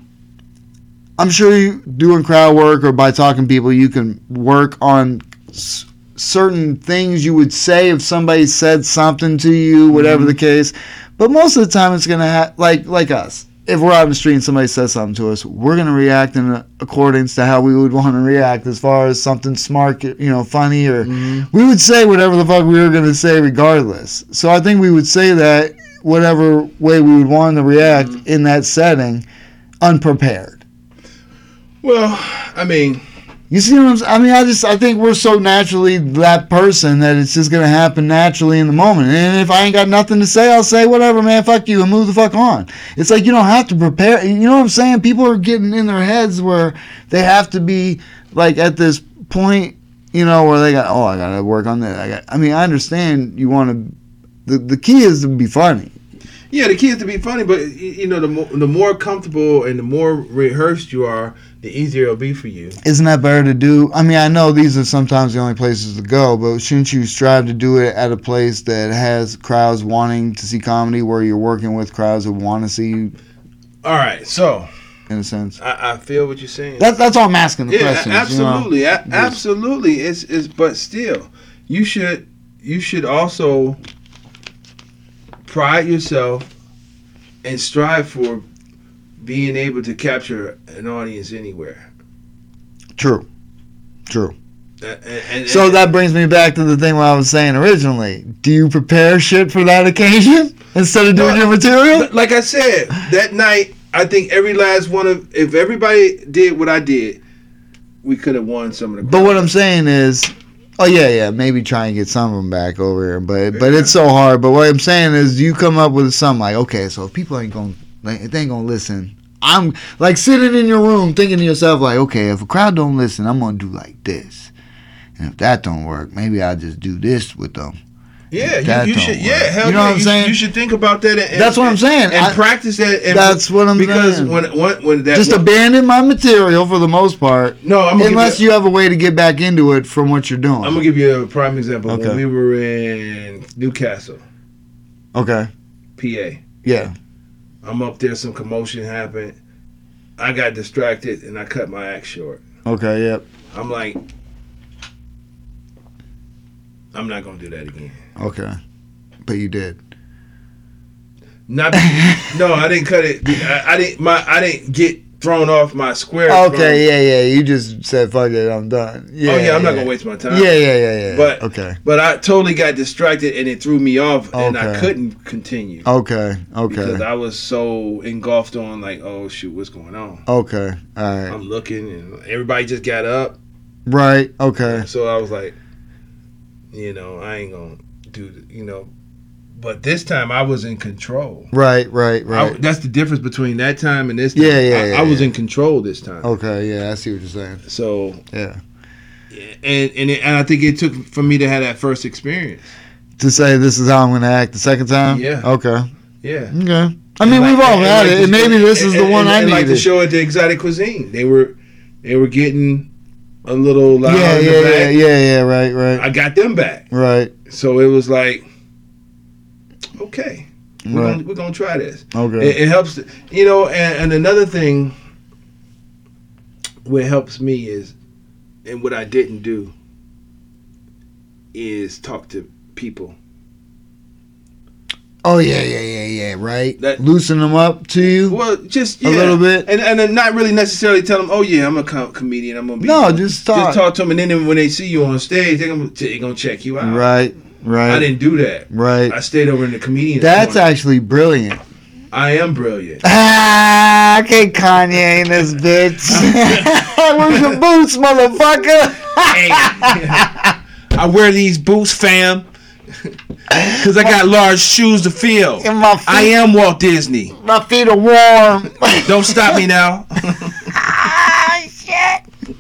[SPEAKER 3] I'm sure you doing crowd work or by talking to people, you can work on s- certain things you would say if somebody said something to you, whatever the case. But most of the time, it's gonna ha- like like us. If we're out in the street and somebody says something to us, we're gonna react in accordance to how we would want to react, as far as something smart, you know, funny or we would say whatever the fuck we were going to say regardless. So I think we would say that whatever way we would want to react in that setting, unprepared.
[SPEAKER 4] Well, I mean,
[SPEAKER 3] You see what I'm saying? I mean, I just I think we're so naturally that person that it's just going to happen naturally in the moment. And if I ain't got nothing to say, I'll say whatever, man. Fuck you and move the fuck on. It's like you don't have to prepare. You know what I'm saying? People are getting in their heads where they have to be like at this point, you know, where they got, oh, I got to work on that. I got. I mean, I understand you want to. The, the key is to be funny.
[SPEAKER 4] yeah, the key is to be funny, but y- you know, the more the more comfortable and the more rehearsed you are, the easier it'll be for you.
[SPEAKER 3] Isn't that better to do? I mean, I know these are sometimes the only places to go, but shouldn't you strive to do it at a place that has crowds wanting to see comedy, where you're working with crowds that want to see you,
[SPEAKER 4] All right, so
[SPEAKER 3] in a sense?
[SPEAKER 4] I, I feel what you're saying.
[SPEAKER 3] That, that's all I'm asking the
[SPEAKER 4] yeah,
[SPEAKER 3] questions. you know?
[SPEAKER 4] absolutely, a- absolutely. It's it's but still, you should you should also pride yourself and strive for being able to capture an audience anywhere.
[SPEAKER 3] True. True.
[SPEAKER 4] Uh, and- and-
[SPEAKER 3] So
[SPEAKER 4] and-
[SPEAKER 3] that brings me back to the thing what I was saying originally. Do you prepare shit for that occasion instead of doing
[SPEAKER 4] No,
[SPEAKER 3] your material?
[SPEAKER 4] But like I said, that night, I think every last one of if everybody did what I did, we could have won some of the.
[SPEAKER 3] But what I'm saying is, oh yeah, yeah, maybe try and get some of them back over here, but but it's so hard. But what I'm saying is, you come up with something like, okay, so if people ain't gonna, like, if they ain't gonna listen. I'm like sitting in your room thinking to yourself, like, okay, if a crowd don't listen, I'm gonna do like this, and if that don't work, maybe I'll just do this with them.
[SPEAKER 4] yeah,
[SPEAKER 3] that
[SPEAKER 4] you, you
[SPEAKER 3] don't
[SPEAKER 4] should.
[SPEAKER 3] work.
[SPEAKER 4] Yeah, hell
[SPEAKER 3] You know
[SPEAKER 4] yeah,
[SPEAKER 3] what I'm
[SPEAKER 4] you,
[SPEAKER 3] saying?
[SPEAKER 4] You should think about that. And,
[SPEAKER 3] That's what I'm saying.
[SPEAKER 4] And,
[SPEAKER 3] I-
[SPEAKER 4] practice that. And
[SPEAKER 3] That's what I'm
[SPEAKER 4] because
[SPEAKER 3] saying.
[SPEAKER 4] when when when that
[SPEAKER 3] Just abandon my material for the most part,
[SPEAKER 4] no, I'm gonna
[SPEAKER 3] unless
[SPEAKER 4] give you,
[SPEAKER 3] you have a way to get back into it from what you're doing.
[SPEAKER 4] I'm gonna give you a prime example.
[SPEAKER 3] Okay.
[SPEAKER 4] When we were in Newcastle,
[SPEAKER 3] okay,
[SPEAKER 4] PA,
[SPEAKER 3] yeah,
[SPEAKER 4] I'm up there. Some commotion happened. I got distracted and I cut my act short.
[SPEAKER 3] okay, yep,
[SPEAKER 4] I'm like, I'm not gonna do that again.
[SPEAKER 3] okay, but you did.
[SPEAKER 4] Not no, I didn't cut it. I, I didn't my I didn't get thrown off my square.
[SPEAKER 3] Okay, yeah, yeah. You just said fuck it, I'm done. Yeah,
[SPEAKER 4] from- oh yeah, I'm not gonna waste my time.
[SPEAKER 3] Yeah, yeah, yeah, yeah.
[SPEAKER 4] But-
[SPEAKER 3] okay,
[SPEAKER 4] But I totally got distracted and it threw me off and I
[SPEAKER 3] Okay.
[SPEAKER 4] couldn't continue
[SPEAKER 3] okay,
[SPEAKER 4] because
[SPEAKER 3] okay,
[SPEAKER 4] I was so engulfed on like, oh shoot, what's going on?
[SPEAKER 3] okay. All right,
[SPEAKER 4] I'm looking and everybody just got up,
[SPEAKER 3] right. Okay,
[SPEAKER 4] so I was like, you know, I ain't gonna do th- you know. But this time I was in control.
[SPEAKER 3] right, right,
[SPEAKER 4] I-
[SPEAKER 3] right.
[SPEAKER 4] that's the difference between that time and this time.
[SPEAKER 3] Yeah, yeah,
[SPEAKER 4] I,
[SPEAKER 3] yeah,
[SPEAKER 4] I was
[SPEAKER 3] yeah. Oh,
[SPEAKER 4] in control this time.
[SPEAKER 3] Okay, yeah, I see what you're saying.
[SPEAKER 4] So
[SPEAKER 3] Yeah,
[SPEAKER 4] and and it, and I think it took for me to have that first experience.
[SPEAKER 3] to say this is how I'm gonna act the second time.
[SPEAKER 4] Yeah.
[SPEAKER 3] Okay.
[SPEAKER 4] Yeah,
[SPEAKER 3] Okay. I mean, we've all had it, and maybe this is the one I
[SPEAKER 4] and, Like the
[SPEAKER 3] needed.
[SPEAKER 4] show at the Exotic Cuisine, they were they were getting a little loud.
[SPEAKER 3] Yeah,
[SPEAKER 4] in the
[SPEAKER 3] yeah, yeah,
[SPEAKER 4] back.
[SPEAKER 3] yeah, yeah. Right, right,
[SPEAKER 4] I got them back,
[SPEAKER 3] right,
[SPEAKER 4] so it was like, okay, we're
[SPEAKER 3] right.
[SPEAKER 4] gonna, we're gonna try this. It,
[SPEAKER 3] Okay.
[SPEAKER 4] it helps, you know. And, and another thing, what helps me is, and what I didn't do, is talk to people.
[SPEAKER 3] Oh yeah, yeah, yeah, yeah. Right.
[SPEAKER 4] That-
[SPEAKER 3] Loosen them up to you.
[SPEAKER 4] Well, just
[SPEAKER 3] A
[SPEAKER 4] yeah.
[SPEAKER 3] little bit.
[SPEAKER 4] and and then not really necessarily tell them, oh yeah, I'm a co- comedian, I'm gonna be
[SPEAKER 3] No, just talk.
[SPEAKER 4] Just talk to them, and then when they see you on stage, they're gonna, they're gonna check you out.
[SPEAKER 3] Right,
[SPEAKER 4] I
[SPEAKER 3] right,
[SPEAKER 4] didn't do that. I
[SPEAKER 3] right.
[SPEAKER 4] stayed over in the comedian.
[SPEAKER 3] That's
[SPEAKER 4] corner.
[SPEAKER 3] actually brilliant.
[SPEAKER 4] I am brilliant.
[SPEAKER 3] Ah, okay, Kanye in this bitch. Where's your boots, motherfucker?
[SPEAKER 4] Hey. I wear these boots, fam, because I got large shoes to fill.
[SPEAKER 3] And my feet,
[SPEAKER 4] I am Walt Disney.
[SPEAKER 3] my feet are warm.
[SPEAKER 4] Don't stop me now.
[SPEAKER 3] ah, shit.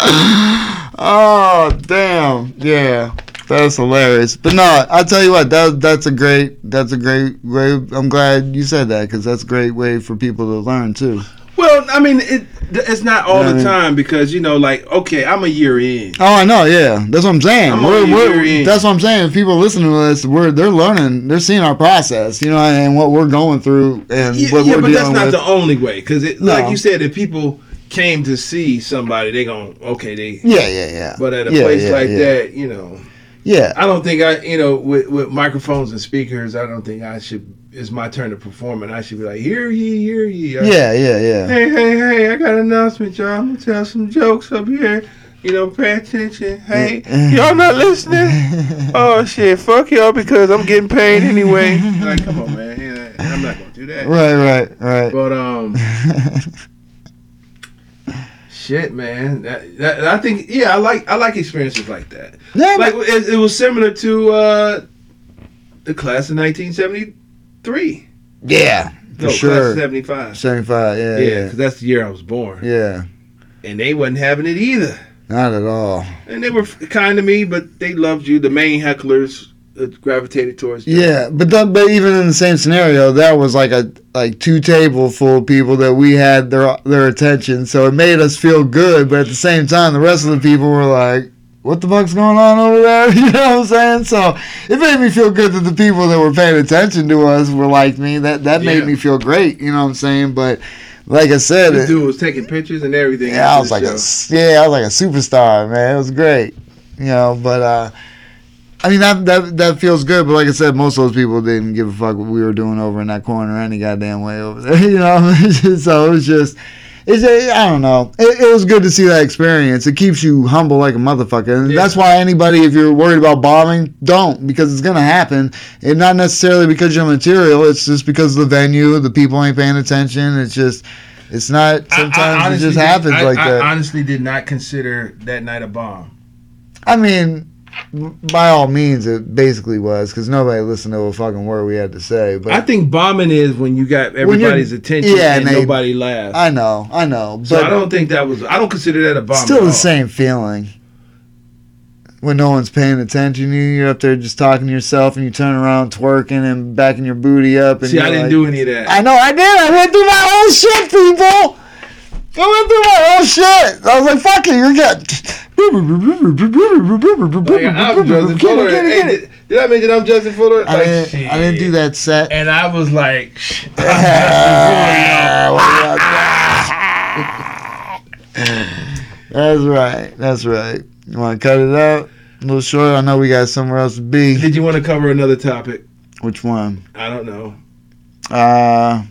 [SPEAKER 3] Ah. oh, damn. Yeah. That's hilarious. But no, I'll tell you what, that, that's a great, that's a great way. I'm glad you said that because that's a great way for people to learn too.
[SPEAKER 4] well, I mean, it, it's not all
[SPEAKER 3] Yeah, I
[SPEAKER 4] the
[SPEAKER 3] mean-
[SPEAKER 4] time because you know, like, okay, I'm a year in.
[SPEAKER 3] Oh, I know. Yeah, that's what I'm saying.
[SPEAKER 4] I'm
[SPEAKER 3] we're,
[SPEAKER 4] on your
[SPEAKER 3] we're,
[SPEAKER 4] end.
[SPEAKER 3] that's what I'm saying. If people listen to us, we're they're learning. They're seeing our process, you know, and what we're going through and
[SPEAKER 4] Yeah,
[SPEAKER 3] what
[SPEAKER 4] yeah,
[SPEAKER 3] we're
[SPEAKER 4] but that's
[SPEAKER 3] dealing
[SPEAKER 4] not
[SPEAKER 3] with.
[SPEAKER 4] the only way. Because,
[SPEAKER 3] No.
[SPEAKER 4] like you said, if people came to see somebody, they going okay, they.
[SPEAKER 3] yeah, yeah, yeah.
[SPEAKER 4] But at a
[SPEAKER 3] yeah,
[SPEAKER 4] place
[SPEAKER 3] yeah,
[SPEAKER 4] like
[SPEAKER 3] yeah.
[SPEAKER 4] that, you know,
[SPEAKER 3] yeah.
[SPEAKER 4] I don't think I, you know, with, with microphones and speakers, I don't think I should. It's my turn to perform, and I should be like, hear ye, hear ye. I-
[SPEAKER 3] Yeah, yeah, yeah.
[SPEAKER 4] Hey, hey, hey! I got an announcement, y'all. I'm gonna tell some jokes up here. You know, pay attention. Hey, y'all not listening? Oh shit! Fuck y'all because I'm getting paid anyway. Like, come on, man. You know, I'm not gonna do that.
[SPEAKER 3] Right, right, right.
[SPEAKER 4] But um, shit, man. That, that, I think yeah, I like I like experiences like that.
[SPEAKER 3] yeah,
[SPEAKER 4] Like
[SPEAKER 3] but-
[SPEAKER 4] it, it was similar to uh, the class of 1973.
[SPEAKER 3] yeah, for
[SPEAKER 4] no, class
[SPEAKER 3] sure.
[SPEAKER 4] of 75.
[SPEAKER 3] 75.
[SPEAKER 4] Yeah,
[SPEAKER 3] Yeah,
[SPEAKER 4] 'cause
[SPEAKER 3] yeah,
[SPEAKER 4] that's the year I was born,
[SPEAKER 3] yeah.
[SPEAKER 4] and they wasn't having it either.
[SPEAKER 3] Not at all.
[SPEAKER 4] And they were f- kind to me, but they loved you. The main hecklers uh, gravitated towards you.
[SPEAKER 3] Yeah, but that, but even in the same scenario, that was like a like two table full of people that we had their their attention, so it made us feel good. But at the same time, the rest of the people were like, "What the fuck's going on over there?" You know what I'm saying? So it made me feel good that the people that were paying attention to us were like me. That that made
[SPEAKER 4] Yeah.
[SPEAKER 3] me feel great. You know what I'm saying? But like I said,
[SPEAKER 4] This
[SPEAKER 3] it,
[SPEAKER 4] dude was taking pictures and everything.
[SPEAKER 3] yeah, I
[SPEAKER 4] after
[SPEAKER 3] was
[SPEAKER 4] the
[SPEAKER 3] like a
[SPEAKER 4] show.
[SPEAKER 3] s- yeah, I was like a superstar, man. It was great, you know. But uh, I mean that that that feels good. But like I said, most of those people didn't give a fuck what we were doing over in that corner any goddamn way over there, you know. so it was just. It's a, I don't know. It, it was good to see that experience. It keeps you humble like a motherfucker, and
[SPEAKER 4] Yeah.
[SPEAKER 3] that's why anybody, if you're worried about bombing, don't because it's gonna happen, and not necessarily because you're material. It's just because of the venue, the people ain't paying attention. It's just, it's not.
[SPEAKER 4] I- I
[SPEAKER 3] Sometimes it
[SPEAKER 4] honestly
[SPEAKER 3] just
[SPEAKER 4] did-
[SPEAKER 3] happens
[SPEAKER 4] I-
[SPEAKER 3] like
[SPEAKER 4] I
[SPEAKER 3] that.
[SPEAKER 4] honestly did not consider that night a bomb.
[SPEAKER 3] I mean, by all means, it basically was because nobody listened to a fucking word we had to say. But
[SPEAKER 4] I
[SPEAKER 3] I,
[SPEAKER 4] think bombing is when you got
[SPEAKER 3] you're-
[SPEAKER 4] everybody's attention
[SPEAKER 3] yeah,
[SPEAKER 4] and
[SPEAKER 3] and they-
[SPEAKER 4] nobody laughs.
[SPEAKER 3] know, I know,
[SPEAKER 4] so I
[SPEAKER 3] but
[SPEAKER 4] don't think that was. I don't consider that a bomb. at
[SPEAKER 3] still
[SPEAKER 4] all.
[SPEAKER 3] the same feeling when no one's paying attention. to you. You're up there just talking to yourself, and you turn around twerking and backing your booty up. And
[SPEAKER 4] See, I
[SPEAKER 3] you're
[SPEAKER 4] didn't
[SPEAKER 3] like-
[SPEAKER 4] do any of that.
[SPEAKER 3] I know, I did. I went through my own shit, people. I went through my own shit. I was like, fuck it, you're
[SPEAKER 4] Like,
[SPEAKER 3] good.
[SPEAKER 4] I'm Justin Fuller.
[SPEAKER 3] Get it,
[SPEAKER 4] Hey,
[SPEAKER 3] get it, get it.
[SPEAKER 4] did, did I mention I'm Justin Fuller?
[SPEAKER 3] I
[SPEAKER 4] Like,
[SPEAKER 3] didn't, I didn't do
[SPEAKER 4] shit.
[SPEAKER 3] that set.
[SPEAKER 4] And I was like, shh, I'm Justin Fuller, y'all.
[SPEAKER 3] Ah. That's right. That's right. You want to cut it out? A little short. I know we got somewhere else to be.
[SPEAKER 4] Did you want to cover another topic?
[SPEAKER 3] Which one?
[SPEAKER 4] I don't know.
[SPEAKER 3] Uh,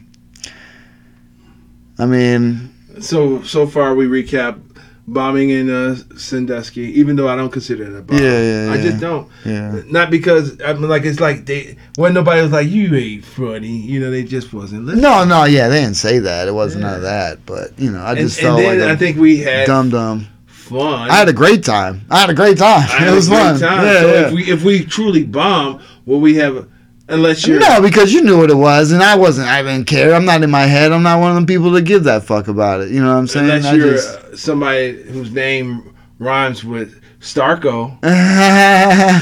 [SPEAKER 3] I mean,
[SPEAKER 4] So so far we recap bombing in uh, Sandusky, even though I don't consider it a bomb.
[SPEAKER 3] Yeah, yeah,
[SPEAKER 4] I
[SPEAKER 3] yeah.
[SPEAKER 4] just don't.
[SPEAKER 3] yeah,
[SPEAKER 4] Not because I mean, like it's like they when nobody was like you ain't funny, you know they just wasn't listening.
[SPEAKER 3] no, no, yeah, they didn't say that. It wasn't
[SPEAKER 4] Yeah.
[SPEAKER 3] none of that. But you know, I
[SPEAKER 4] and,
[SPEAKER 3] just
[SPEAKER 4] and
[SPEAKER 3] felt
[SPEAKER 4] then I
[SPEAKER 3] like
[SPEAKER 4] think we
[SPEAKER 3] a
[SPEAKER 4] had
[SPEAKER 3] dumb dumb.
[SPEAKER 4] fun.
[SPEAKER 3] I had a great time. I had a great time.
[SPEAKER 4] I had
[SPEAKER 3] it
[SPEAKER 4] a
[SPEAKER 3] was
[SPEAKER 4] great
[SPEAKER 3] fun.
[SPEAKER 4] time.
[SPEAKER 3] Yeah,
[SPEAKER 4] so
[SPEAKER 3] yeah.
[SPEAKER 4] if we if we truly bomb, will we have a, unless you're
[SPEAKER 3] No, because you knew what it was, and I wasn't. I didn't care. I'm not in my head. I'm not one of them people that give that fuck about it. You know what I'm saying?
[SPEAKER 4] unless
[SPEAKER 3] I
[SPEAKER 4] you're
[SPEAKER 3] just-
[SPEAKER 4] uh, somebody whose name rhymes with Starco,
[SPEAKER 3] yeah,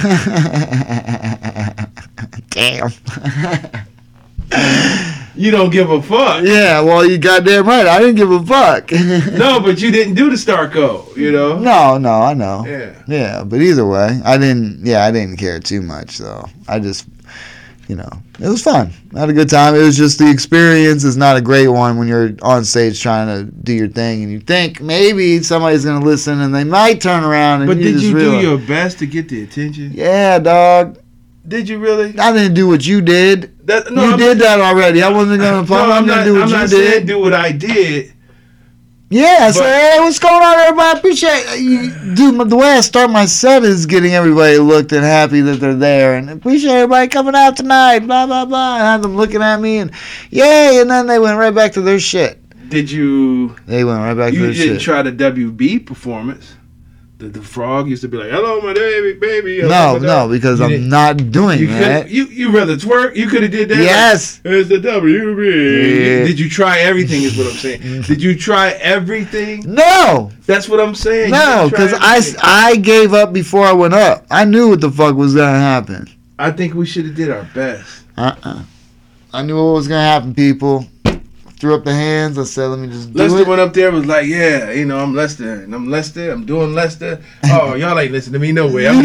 [SPEAKER 3] Damn.
[SPEAKER 4] You don't give a fuck.
[SPEAKER 3] yeah, well, you goddamn right. I didn't give a fuck.
[SPEAKER 4] No, but you didn't do the star code, you know?
[SPEAKER 3] No, no, I know.
[SPEAKER 4] Yeah.
[SPEAKER 3] Yeah, but either way, I didn't. Yeah, I didn't care too much though. I just, you know, it was fun. I had a good time. It was just the experience is not a great one when you're on stage trying to do your thing and you think maybe somebody's gonna listen and they might turn around and
[SPEAKER 4] But
[SPEAKER 3] you
[SPEAKER 4] did
[SPEAKER 3] just
[SPEAKER 4] you
[SPEAKER 3] realize,
[SPEAKER 4] do your best to get the attention?
[SPEAKER 3] yeah, dog.
[SPEAKER 4] Did you really?
[SPEAKER 3] I didn't do what you did.
[SPEAKER 4] That,
[SPEAKER 3] you
[SPEAKER 4] I'm-
[SPEAKER 3] did that already. I wasn't gonna
[SPEAKER 4] No,
[SPEAKER 3] applaud.
[SPEAKER 4] I'm
[SPEAKER 3] I'm,
[SPEAKER 4] not,
[SPEAKER 3] gonna do what
[SPEAKER 4] I'm
[SPEAKER 3] you
[SPEAKER 4] not
[SPEAKER 3] did.
[SPEAKER 4] saying do what I did.
[SPEAKER 3] Yeah, so
[SPEAKER 4] But-
[SPEAKER 3] hey, what's going on, everybody? I appreciate uh, you, dude. my- The way I start my set is getting everybody looked and happy that they're there, and appreciate everybody coming out tonight. Blah blah blah. And have them looking at me and yay, and then they went right back to their shit.
[SPEAKER 4] Did you?
[SPEAKER 3] They went right back to
[SPEAKER 4] You
[SPEAKER 3] their
[SPEAKER 4] didn't
[SPEAKER 3] shit.
[SPEAKER 4] try the WB performance. The, the frog used to be like, "Hello, my baby, baby." hello,
[SPEAKER 3] no,
[SPEAKER 4] my
[SPEAKER 3] no,
[SPEAKER 4] dog."
[SPEAKER 3] because
[SPEAKER 4] You
[SPEAKER 3] I'm
[SPEAKER 4] didn't-
[SPEAKER 3] not doing
[SPEAKER 4] You
[SPEAKER 3] that.
[SPEAKER 4] could you you rather twerk? You could have did that. like,
[SPEAKER 3] Yes.
[SPEAKER 4] it's the WB.
[SPEAKER 3] Yeah.
[SPEAKER 4] Did you try everything? Is what I'm saying. Did you try everything?
[SPEAKER 3] No,
[SPEAKER 4] That's what I'm saying. You didn't try
[SPEAKER 3] no, because I, s-
[SPEAKER 4] everything.
[SPEAKER 3] I gave up before I went up. I knew what the fuck was gonna happen.
[SPEAKER 4] I think we should have did our best.
[SPEAKER 3] Uh-uh. I knew what was gonna happen. People threw up the hands. I said, let me just do
[SPEAKER 4] Lester
[SPEAKER 3] it.
[SPEAKER 4] went up there and was like, "Yeah, you know, I'm Lester, and I'm Lester. I'm doing Lester. Oh, y'all ain't listening to me no way. I'm
[SPEAKER 3] he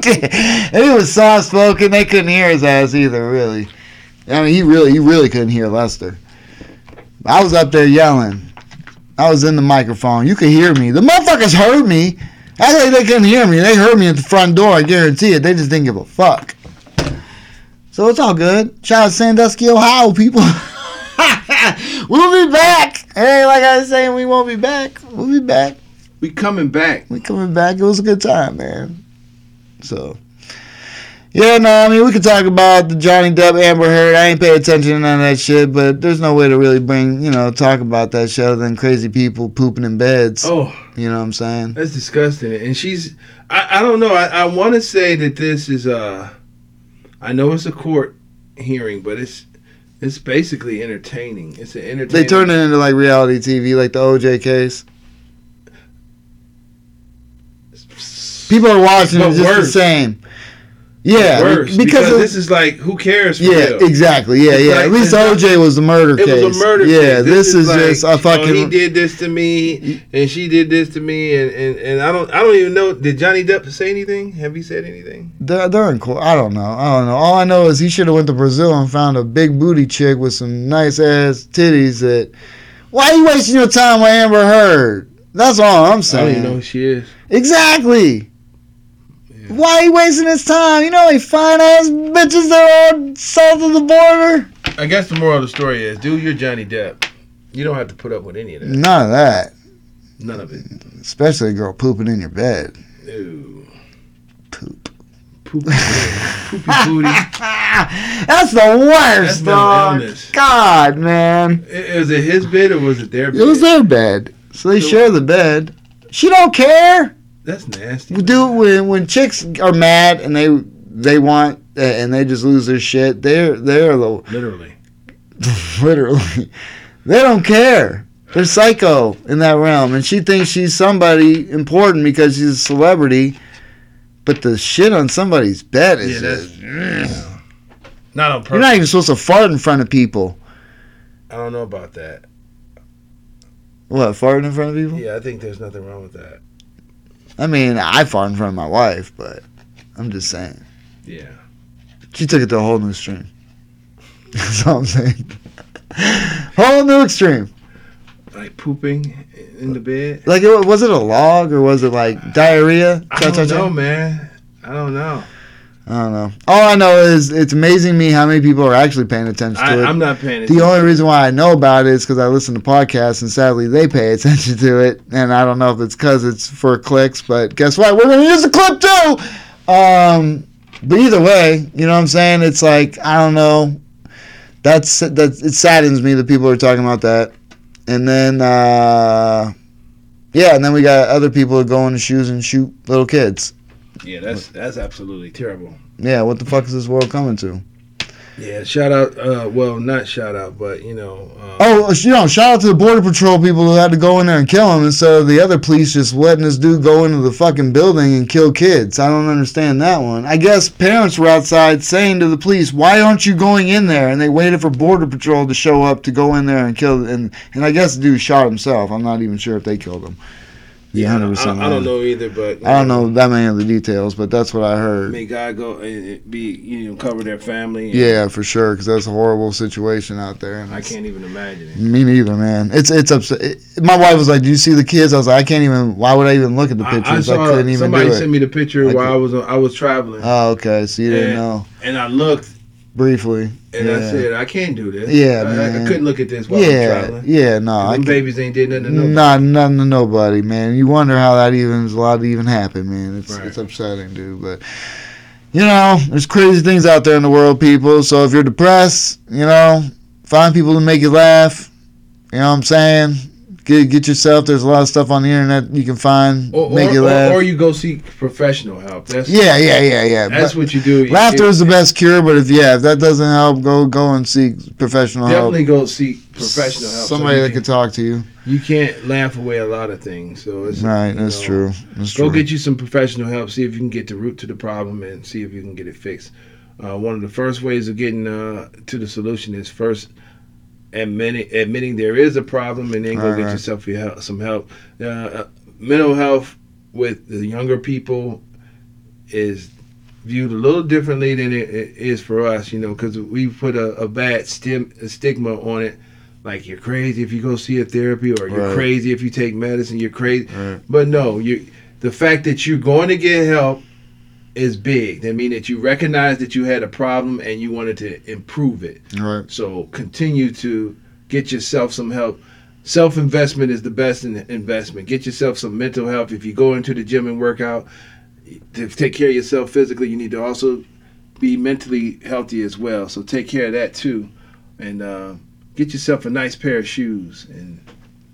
[SPEAKER 3] did. He was soft spoken. They couldn't hear his ass either, really. I mean, he really, he really couldn't hear Lester. I was up there yelling. I was in the microphone. You could hear me. The motherfuckers heard me. I think they couldn't hear me. They heard me at the front door. I guarantee it. They just didn't give a fuck. So it's all good. Shout out Sandusky, Ohio, people. we'll be back. Hey, like I was saying, we won't be back. We'll be back
[SPEAKER 4] we coming back."
[SPEAKER 3] we coming back. It was a good time, man. So, yeah, no, I mean, we could talk about the Johnny Depp Amber Heard. I ain't pay attention to none of that shit, but there's no way to really bring, you know, talk about that shit other than crazy people pooping in beds.
[SPEAKER 4] Oh,
[SPEAKER 3] You know what I'm saying?
[SPEAKER 4] That's disgusting. And she's, I, I don't know. I, I want to say that this is uh I know it's a court hearing, but it's, it's basically entertaining. It's an entertaining.
[SPEAKER 3] They turn it into like reality TV, like the OJ case. People are watching
[SPEAKER 4] But
[SPEAKER 3] it just the
[SPEAKER 4] worse.
[SPEAKER 3] same. Yeah,
[SPEAKER 4] worse
[SPEAKER 3] be-
[SPEAKER 4] because,
[SPEAKER 3] because of-
[SPEAKER 4] this is like who cares for
[SPEAKER 3] yeah,
[SPEAKER 4] real?
[SPEAKER 3] exactly. Yeah,
[SPEAKER 4] It's
[SPEAKER 3] yeah.
[SPEAKER 4] like-
[SPEAKER 3] At least
[SPEAKER 4] it's not-
[SPEAKER 3] OJ was the murder
[SPEAKER 4] It
[SPEAKER 3] case.
[SPEAKER 4] was a murder.
[SPEAKER 3] Yeah,
[SPEAKER 4] case.
[SPEAKER 3] this, is,
[SPEAKER 4] like,
[SPEAKER 3] just a
[SPEAKER 4] you know,
[SPEAKER 3] fucking.
[SPEAKER 4] he did this to me, and she did this to me, and, and, and I don't I don't even know. Did Johnny Depp say anything? Have he said anything?
[SPEAKER 3] They're, they're in court. I don't know. I don't know. All I know is he should have went to Brazil and found a big booty chick with some nice ass titties. That why you wasting your time with Amber Heard? That's all I'm
[SPEAKER 4] I don't
[SPEAKER 3] saying.
[SPEAKER 4] even know who she is.
[SPEAKER 3] Exactly. Why he wasting his time? You know, how many fine ass bitches that are south of the border.
[SPEAKER 4] I guess the moral of the story is, dude, you're Johnny Depp. You don't have to put up with any of that.
[SPEAKER 3] None of that,
[SPEAKER 4] None of it.
[SPEAKER 3] especially a girl pooping in your bed.
[SPEAKER 4] Ew.
[SPEAKER 3] Poop.
[SPEAKER 4] Poopy, poopy booty.
[SPEAKER 3] That's the worst,
[SPEAKER 4] mental
[SPEAKER 3] dog.
[SPEAKER 4] illness.
[SPEAKER 3] God, man.
[SPEAKER 4] I- Was it his bed or was it their bed?
[SPEAKER 3] It was their bed, so they
[SPEAKER 4] So-
[SPEAKER 3] share the bed. She don't care.
[SPEAKER 4] That's nasty.
[SPEAKER 3] Dude, when when chicks are mad and they they want eh, and they just lose their shit, they're they're the,
[SPEAKER 4] Literally.
[SPEAKER 3] literally they don't care. They're psycho in that realm, and she thinks she's somebody important because she's a celebrity. But the shit on somebody's bed is
[SPEAKER 4] Yeah,
[SPEAKER 3] just,
[SPEAKER 4] that's not on
[SPEAKER 3] you're
[SPEAKER 4] purpose.
[SPEAKER 3] not even supposed to fart in front of people.
[SPEAKER 4] I don't know about that.
[SPEAKER 3] What farting in front of people?
[SPEAKER 4] Yeah, I think there's nothing wrong with that.
[SPEAKER 3] I mean, I fart in front of my wife, but I'm just saying.
[SPEAKER 4] Yeah.
[SPEAKER 3] She took it to a whole new extreme. That's all I'm saying. whole new extreme.
[SPEAKER 4] Like pooping in the bed.
[SPEAKER 3] Like, it, was it a log or was it like diarrhea?
[SPEAKER 4] I
[SPEAKER 3] Cha- cha-
[SPEAKER 4] don't
[SPEAKER 3] cha?
[SPEAKER 4] know, man. I don't know.
[SPEAKER 3] I don't know. All I know is it's amazing me how many people are actually paying attention
[SPEAKER 4] I,
[SPEAKER 3] to it.
[SPEAKER 4] I'm not paying
[SPEAKER 3] the
[SPEAKER 4] attention.
[SPEAKER 3] only reason why I know about it is because I listen to podcasts, and sadly, they pay attention to it. And I don't know if it's because it's for clicks, but guess what? We're going to use the clip too! Um, but either way, you know what I'm saying? It's like, I don't know. That's that. It saddens me that people are talking about that. And then, uh, yeah, and then we got other people that go in the shoes and shoot little kids.
[SPEAKER 4] Yeah, that's that's absolutely terrible.
[SPEAKER 3] Yeah, what the fuck is this world coming to?
[SPEAKER 4] Yeah, shout out. Uh, well, not shout out, but you know. Uh,
[SPEAKER 3] Oh, you know, shout out to the border patrol people who had to go in there and kill him instead of the other police just letting this dude go into the fucking building and kill kids. I don't understand that one. I guess parents were outside saying to the police, "Why aren't you going in there?" And they waited for border patrol to show up to go in there and kill. And and I guess the dude shot himself. I'm not even sure if they killed him. Yeah,
[SPEAKER 4] I,
[SPEAKER 3] 100%.
[SPEAKER 4] I don't know either, but
[SPEAKER 3] I don't know that many of the details, but that's what I heard.
[SPEAKER 4] May God go and be you know cover their family. and
[SPEAKER 3] Yeah, for sure, because that's a horrible situation out there. and
[SPEAKER 4] I
[SPEAKER 3] it's-
[SPEAKER 4] can't even imagine it.
[SPEAKER 3] Me neither, man. It's it's upset. It, my wife was like, "Do you see the kids?" I was like, "I can't even. Why would I even look at the
[SPEAKER 4] I, I
[SPEAKER 3] pictures? I,
[SPEAKER 4] saw
[SPEAKER 3] couldn't even
[SPEAKER 4] somebody
[SPEAKER 3] do
[SPEAKER 4] sent
[SPEAKER 3] it."
[SPEAKER 4] me the picture
[SPEAKER 3] I
[SPEAKER 4] while I
[SPEAKER 3] could-
[SPEAKER 4] was on, I was traveling,
[SPEAKER 3] Oh, okay. So you didn't
[SPEAKER 4] Yeah.
[SPEAKER 3] know
[SPEAKER 4] and I looked
[SPEAKER 3] briefly.
[SPEAKER 4] and I
[SPEAKER 3] Yeah.
[SPEAKER 4] said I can't do this. I,
[SPEAKER 3] Yeah,
[SPEAKER 4] I
[SPEAKER 3] man.
[SPEAKER 4] couldn't look at this while I'm
[SPEAKER 3] Yeah,
[SPEAKER 4] traveling.
[SPEAKER 3] yeah. No,
[SPEAKER 4] Them
[SPEAKER 3] I can't.
[SPEAKER 4] babies ain't did nothing. To nobody.
[SPEAKER 3] Nah, nothing to nobody, man. You wonder how that even is allowed to even happen, man. It's
[SPEAKER 4] Right.
[SPEAKER 3] it's upsetting, dude. But you know, there's crazy things out there in the world, people. So if you're depressed, you know, find people to make you laugh. You know what I'm saying? Get get yourself. There's a lot of stuff on the internet you can find
[SPEAKER 4] Or,
[SPEAKER 3] make
[SPEAKER 4] or,
[SPEAKER 3] you
[SPEAKER 4] or-
[SPEAKER 3] laugh.
[SPEAKER 4] or you go seek professional help. That's
[SPEAKER 3] yeah, yeah, yeah, yeah.
[SPEAKER 4] that's
[SPEAKER 3] But
[SPEAKER 4] what you do. You-
[SPEAKER 3] laughter
[SPEAKER 4] you
[SPEAKER 3] is the best cure. But if yeah, if that doesn't help, go go and seek professional
[SPEAKER 4] Definitely
[SPEAKER 3] help.
[SPEAKER 4] go seek professional help. so
[SPEAKER 3] um, Somebody
[SPEAKER 4] you
[SPEAKER 3] that
[SPEAKER 4] can-
[SPEAKER 3] can talk to you.
[SPEAKER 4] You can't laugh away a lot of things. So it's
[SPEAKER 3] Right,
[SPEAKER 4] you
[SPEAKER 3] that's
[SPEAKER 4] know,
[SPEAKER 3] true. That's
[SPEAKER 4] Go
[SPEAKER 3] true.
[SPEAKER 4] get you some professional help. See if you can get the root to the problem and see if you can get it fixed. Uh, one of the first ways of getting uh, to the solution is first admitting admitting there is a problem and then go
[SPEAKER 3] Right,
[SPEAKER 4] get
[SPEAKER 3] right.
[SPEAKER 4] yourself your help, some help. Uh, Uh, mental health with the younger people is viewed a little differently than it, it is for us, you know, because we put a, a bad stim, a stigma on it. Like you're crazy if you go see a therapy, or you're
[SPEAKER 3] Right.
[SPEAKER 4] crazy if you take medicine. You're crazy,
[SPEAKER 3] Right.
[SPEAKER 4] but no, you. The fact that you're going to get help is big. That means that you recognize that you had a problem and you wanted to improve it.
[SPEAKER 3] right.
[SPEAKER 4] So continue to get yourself some help. Self investment is the best in investment. Get yourself some mental health. If you go into the gym and work out, to take care of yourself physically, you need to also be mentally healthy as well. So take care of that too, and uh, get yourself a nice pair of shoes and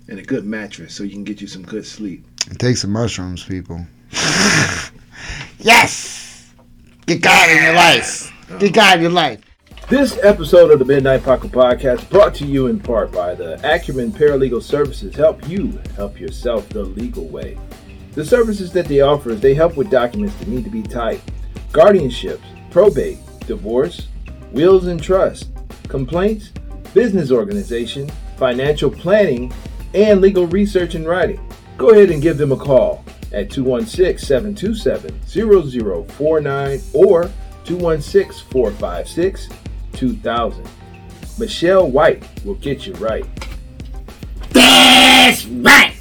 [SPEAKER 4] and a good mattress so you can get you some good sleep.
[SPEAKER 3] Take some mushrooms, people. yes! Get God in your life. Get God in your life.
[SPEAKER 5] This episode of the Midnight Pocket Podcast brought to you in part by the Acumen Paralegal Services help you help yourself the legal way. The services that they offer is they help with documents that need to be typed, guardianships, probate, divorce, wills and trust, complaints, business organization, financial planning, and legal research and writing. Go ahead and give them a call at 216 727 0049 or 216 456 2000. Michelle White will get you right.
[SPEAKER 3] All right,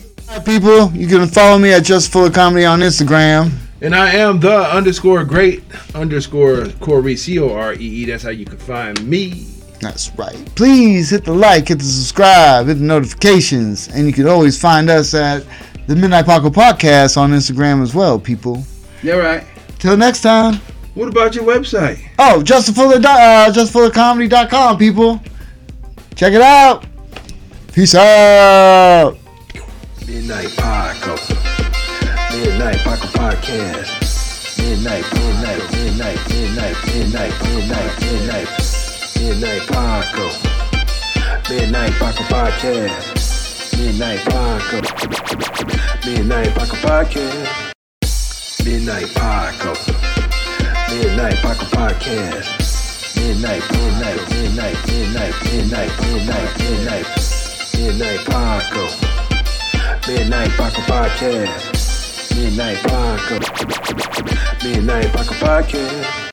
[SPEAKER 3] people, you can follow me at Just Full of Comedy on Instagram.
[SPEAKER 4] And I am the underscore great underscore Corey C O R E E. That's how you can find me.
[SPEAKER 3] That's right. Please hit the like, hit the subscribe, hit the notifications, and you can always find us at the Midnight Paco Podcast on Instagram as well, people.
[SPEAKER 4] Yeah, right.
[SPEAKER 3] Till next time.
[SPEAKER 4] What about your website?
[SPEAKER 3] Oh, Justin Fuller, do- uh, JustinFullerComedy.com, people. Check it out. Peace out.
[SPEAKER 1] Midnight Paco. Midnight Paco Podcast. Midnight, midnight, midnight, midnight, midnight, midnight, midnight. Midnight Paco. Midnight Paco Podcast. Midnight Paco. Midnight Paco Podcast. Midnight Paco. Midnight Paco Podcast. Midnight, midnight, midnight, midnight, midnight, midnight, midnight. Midnight Paco. Midnight Baka Podcast. Midnight Baka. Midnight Baka Podcast.